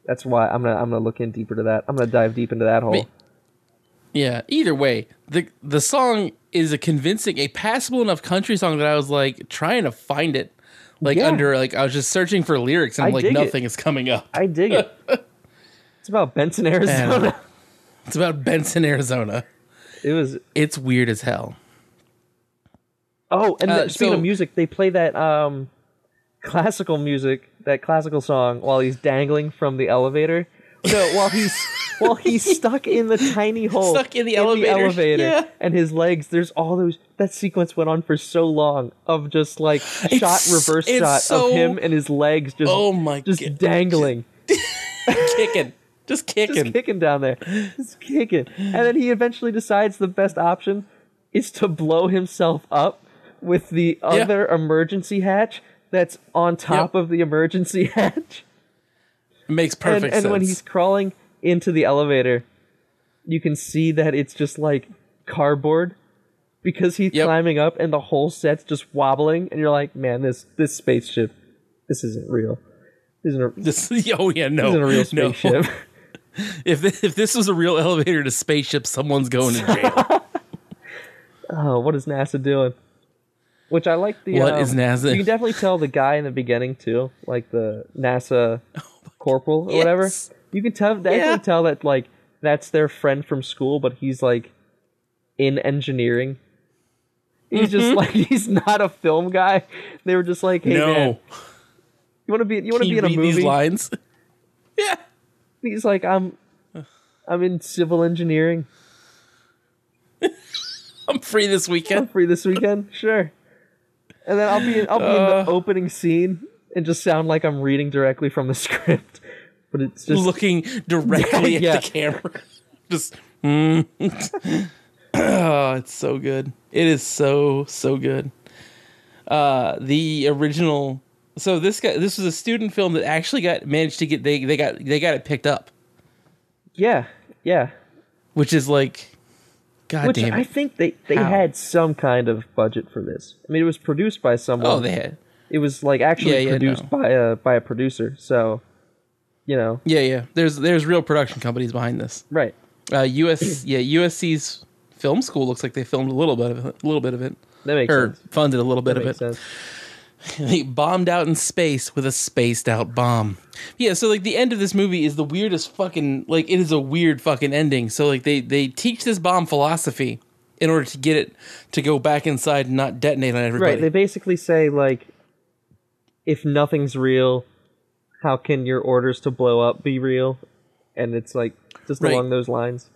Speaker 3: that's why I'm gonna I'm gonna look in deeper to that. I'm gonna dive deep into that hole.
Speaker 2: Me- Yeah. Either way, the the song is a convincing, a passable enough country song that I was like trying to find it, like
Speaker 3: Yeah.
Speaker 2: under like I was just searching for lyrics and
Speaker 3: I
Speaker 2: like
Speaker 3: dig it.
Speaker 2: nothing is coming up.
Speaker 3: I dig it. it's about Benson, Arizona.
Speaker 2: It's about Benson, Arizona.
Speaker 3: it was
Speaker 2: It's weird as hell.
Speaker 3: Oh, and
Speaker 2: Uh,
Speaker 3: th- speaking
Speaker 2: so-
Speaker 3: of music, they play that um, classical music, that classical song, while he's dangling from the elevator. No, while he's while he's stuck in the tiny hole,
Speaker 2: Stuck in the elevator,
Speaker 3: elevator,
Speaker 2: yeah.
Speaker 3: and his legs. There's all those. That sequence went on for so long of just like shot reverse
Speaker 2: it's
Speaker 3: shot
Speaker 2: so-
Speaker 3: of him and his legs just
Speaker 2: Oh my
Speaker 3: just
Speaker 2: God.
Speaker 3: dangling,
Speaker 2: kicking, just kicking.
Speaker 3: just kicking down there, just kicking. And then he eventually decides the best option is to blow himself up with the other emergency hatch that's on top of the emergency hatch.
Speaker 2: Makes
Speaker 3: And,
Speaker 2: perfect
Speaker 3: and
Speaker 2: sense.
Speaker 3: when he's crawling into the elevator, you can see that it's just like cardboard because he's
Speaker 2: Yep.
Speaker 3: climbing up and the whole set's just wobbling and you're like, man, this this spaceship, this isn't real. This isn't a, this
Speaker 2: this, oh yeah, no,
Speaker 3: isn't a real
Speaker 2: no.
Speaker 3: spaceship.
Speaker 2: If thi- if this was a real elevator to spaceship, someone's going to jail.
Speaker 3: Oh, what is NASA doing? Which I like the.
Speaker 2: What
Speaker 3: um,
Speaker 2: is NASA?
Speaker 3: You can definitely tell the guy in the beginning too, like the NASA corporal or whatever.
Speaker 2: Oh yes.
Speaker 3: You can tell definitely
Speaker 2: Yeah.
Speaker 3: tell that like that's their friend from school, but he's like in engineering. He's just like he's not a film guy. They were just like, hey
Speaker 2: Mm-hmm. no,
Speaker 3: man, you want to be you want
Speaker 2: Can
Speaker 3: to be
Speaker 2: you
Speaker 3: in a
Speaker 2: read these
Speaker 3: movie?
Speaker 2: lines. yeah,
Speaker 3: He's like, I'm, I'm in civil engineering.
Speaker 2: I'm free this weekend.
Speaker 3: free this weekend? Sure. And then I'll be in, I'll be in the opening scene and just sound like I'm reading directly from the script, but it's just
Speaker 2: looking directly
Speaker 3: Yeah.
Speaker 2: at the camera. Just, mm. oh, it's so good. It is so so good. Uh, the original. So this guy, this was a student film that actually got managed to get they they got they got it picked up,
Speaker 3: yeah, yeah.
Speaker 2: which is like, god
Speaker 3: Which
Speaker 2: damn
Speaker 3: I
Speaker 2: it!
Speaker 3: think they they
Speaker 2: How?
Speaker 3: had some kind of budget for this. I mean, it was produced by someone.
Speaker 2: oh, they had
Speaker 3: it was like actually
Speaker 2: Yeah, yeah,
Speaker 3: produced by a by a producer. So, you know,
Speaker 2: yeah yeah. There's there's real production companies behind this.
Speaker 3: right?
Speaker 2: Uh, US yeah USC's film school looks like they filmed a little bit of it, a little bit of it
Speaker 3: That makes
Speaker 2: or
Speaker 3: sense.
Speaker 2: funded a little bit
Speaker 3: That
Speaker 2: of it.
Speaker 3: makes sense.
Speaker 2: They bombed out in space with a spaced out bomb. Yeah, so like the end of this movie is the weirdest fucking like it is a weird fucking ending. So like they they teach this bomb philosophy in order to get it to go back inside and not detonate on everybody.
Speaker 3: Right. They basically say like, if nothing's real, how can your orders to blow up be real? And it's like just
Speaker 2: Right.
Speaker 3: along those lines.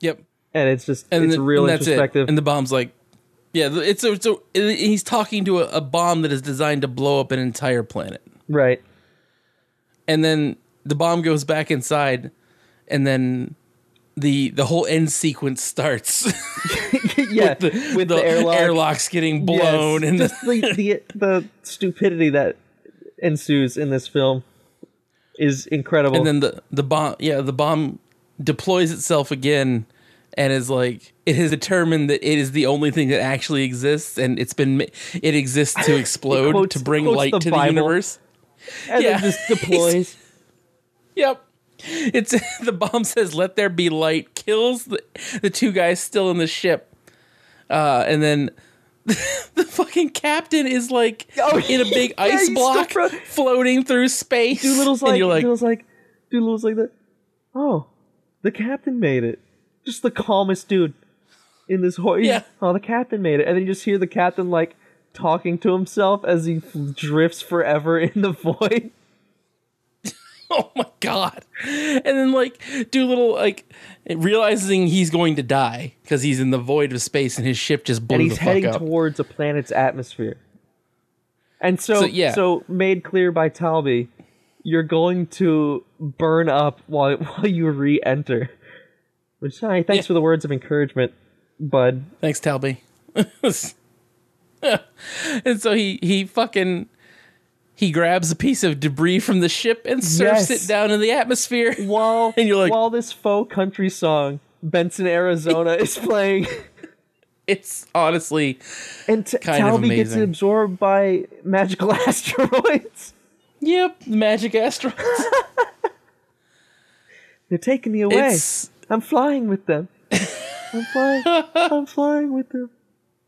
Speaker 2: yep.
Speaker 3: And it's just
Speaker 2: And
Speaker 3: it's
Speaker 2: the-
Speaker 3: real
Speaker 2: and that's it.
Speaker 3: introspective.
Speaker 2: And the bomb's like yeah, th- it's a, it's a, and he's talking to a, a bomb that is designed to blow up an entire planet.
Speaker 3: right.
Speaker 2: and then the bomb goes back inside and then the the whole end sequence starts
Speaker 3: yeah. With the, airlock.
Speaker 2: airlocks getting
Speaker 3: Yes.
Speaker 2: blown and
Speaker 3: just the, the the stupidity that ensues in this film is incredible.
Speaker 2: and then the the bomb yeah the bomb deploys itself again and is like it has determined that it is the only thing that actually exists and it's been ma- it exists to explode
Speaker 3: quotes-
Speaker 2: to bring
Speaker 3: quotes
Speaker 2: light
Speaker 3: the
Speaker 2: to the
Speaker 3: Bible.
Speaker 2: universe
Speaker 3: and
Speaker 2: yeah.
Speaker 3: then just deploys.
Speaker 2: Yep. It's the bomb says "Let there be light," kills the, the two guys still in the ship, uh, and then the fucking captain is like
Speaker 3: Oh,
Speaker 2: in a big
Speaker 3: yeah, he's
Speaker 2: ice
Speaker 3: still
Speaker 2: block,
Speaker 3: fro-
Speaker 2: floating through space.
Speaker 3: Doolittle's
Speaker 2: and
Speaker 3: like,
Speaker 2: you're like,
Speaker 3: Doolittle's like, Doolittle's like that. Oh, the captain made it. Just the calmest dude in this whole.
Speaker 2: Yeah.
Speaker 3: Oh, the captain made it, and then you just hear the captain like talking to himself as he drifts forever in the void.
Speaker 2: oh my god! And then like Doolittle, like realizing he's going to die because he's in the void of space and his ship just blew
Speaker 3: and he's
Speaker 2: the fuck
Speaker 3: heading
Speaker 2: up.
Speaker 3: towards a planet's atmosphere. And so,
Speaker 2: So, yeah.
Speaker 3: so made clear by Talby, you're going to burn up while while you re-enter. Which, hi, thanks
Speaker 2: Yeah.
Speaker 3: for the words of encouragement, bud.
Speaker 2: Thanks, Talby. and so he he fucking he grabs a piece of debris from the ship and surfs
Speaker 3: Yes.
Speaker 2: it down in the atmosphere.
Speaker 3: while
Speaker 2: And you're like-
Speaker 3: while this faux country song Benson Arizona is playing,
Speaker 2: It's honestly
Speaker 3: and t-
Speaker 2: Kind of
Speaker 3: Talby gets
Speaker 2: amazing.
Speaker 3: absorbed by magical asteroids.
Speaker 2: yep, magic asteroids.
Speaker 3: They're taking me away.
Speaker 2: It's
Speaker 3: I'm flying with them. I'm flying. I'm flying with them.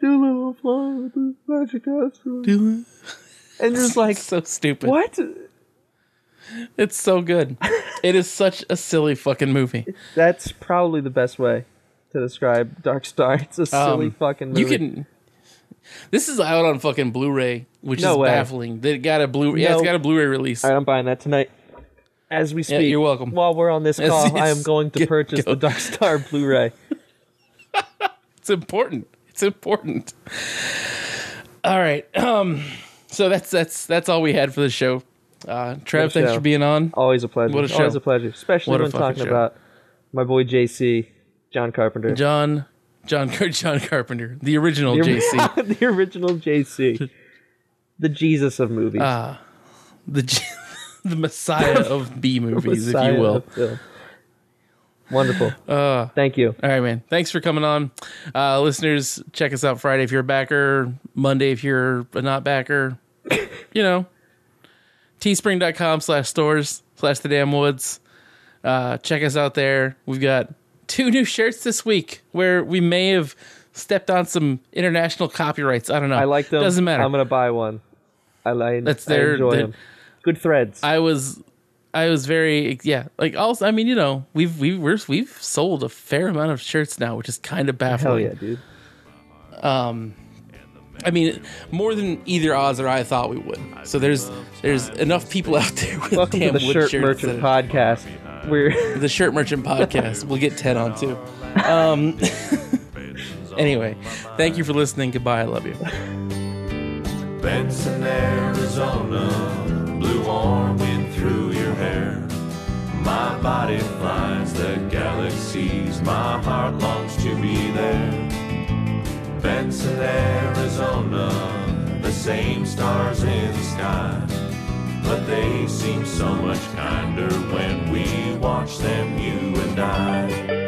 Speaker 3: Doolittle, I'm flying with the magic asteroids. And just like
Speaker 2: so stupid.
Speaker 3: what?
Speaker 2: It's so good. it is such a silly fucking movie.
Speaker 3: That's probably the best way to describe Dark Star. It's a silly
Speaker 2: Um,
Speaker 3: fucking movie.
Speaker 2: You can This is out on fucking Blu-ray, which
Speaker 3: No
Speaker 2: is
Speaker 3: way.
Speaker 2: baffling. They got a Blu. Yeah, it's
Speaker 3: No.
Speaker 2: got a Bluray release.
Speaker 3: All right, I'm buying that tonight. As we speak,
Speaker 2: you're welcome.
Speaker 3: While we're on this
Speaker 2: As
Speaker 3: call,
Speaker 2: you
Speaker 3: I am going to
Speaker 2: get
Speaker 3: purchase the
Speaker 2: going.
Speaker 3: Dark Star Blu-ray.
Speaker 2: It's important. It's important. All right. Um. So that's that's that's all we had for the show. Uh, Trev,
Speaker 3: Good
Speaker 2: thanks
Speaker 3: show.
Speaker 2: for being on.
Speaker 3: Always a pleasure.
Speaker 2: What a
Speaker 3: Always
Speaker 2: show.
Speaker 3: a pleasure, especially
Speaker 2: What a
Speaker 3: when
Speaker 2: fucking
Speaker 3: talking
Speaker 2: show.
Speaker 3: about my boy JC John Carpenter.
Speaker 2: John, John, Car- John Carpenter, the original
Speaker 3: the,
Speaker 2: JC,
Speaker 3: the original JC, the Jesus of movies,
Speaker 2: Ah, the J- the Messiah of B movies, if
Speaker 3: Messiah
Speaker 2: you will.
Speaker 3: of film. Wonderful.
Speaker 2: Uh,
Speaker 3: Thank you.
Speaker 2: All right, man. Thanks for coming on. Uh, listeners, check us out Friday if you're a backer, Monday if you're a not backer. you know, teespring.com slash stores slash the damn woods. Uh, check us out there. We've got two new shirts this week where we may have stepped on some international copyrights. I don't know.
Speaker 3: I like them.
Speaker 2: Doesn't matter.
Speaker 3: I'm gonna buy one. I, I,
Speaker 2: That's
Speaker 3: I
Speaker 2: their-
Speaker 3: enjoy
Speaker 2: their-
Speaker 3: them. Good threads.
Speaker 2: I was I was very yeah like also I mean you know we've we've we're, we've sold a fair amount of shirts now which is kind of
Speaker 3: Hell
Speaker 2: baffling.
Speaker 3: yeah, dude.
Speaker 2: I mean more than either Oz or I thought we would. So there's there's enough people out there with
Speaker 3: Welcome
Speaker 2: damn
Speaker 3: to the
Speaker 2: wood
Speaker 3: Shirt
Speaker 2: shirts
Speaker 3: Merchant
Speaker 2: that-
Speaker 3: Podcast. We're
Speaker 2: the shirt merchant podcast. We'll get Ted on too. Um, anyway, thank you for listening. Goodbye. I love you.
Speaker 1: Benson, Arizona, blue warm wind through your hair. My body flies the galaxies, my heart longs to be there. Benson, Arizona, the same stars in the sky, but they seem so much kinder when we watch them, you and I.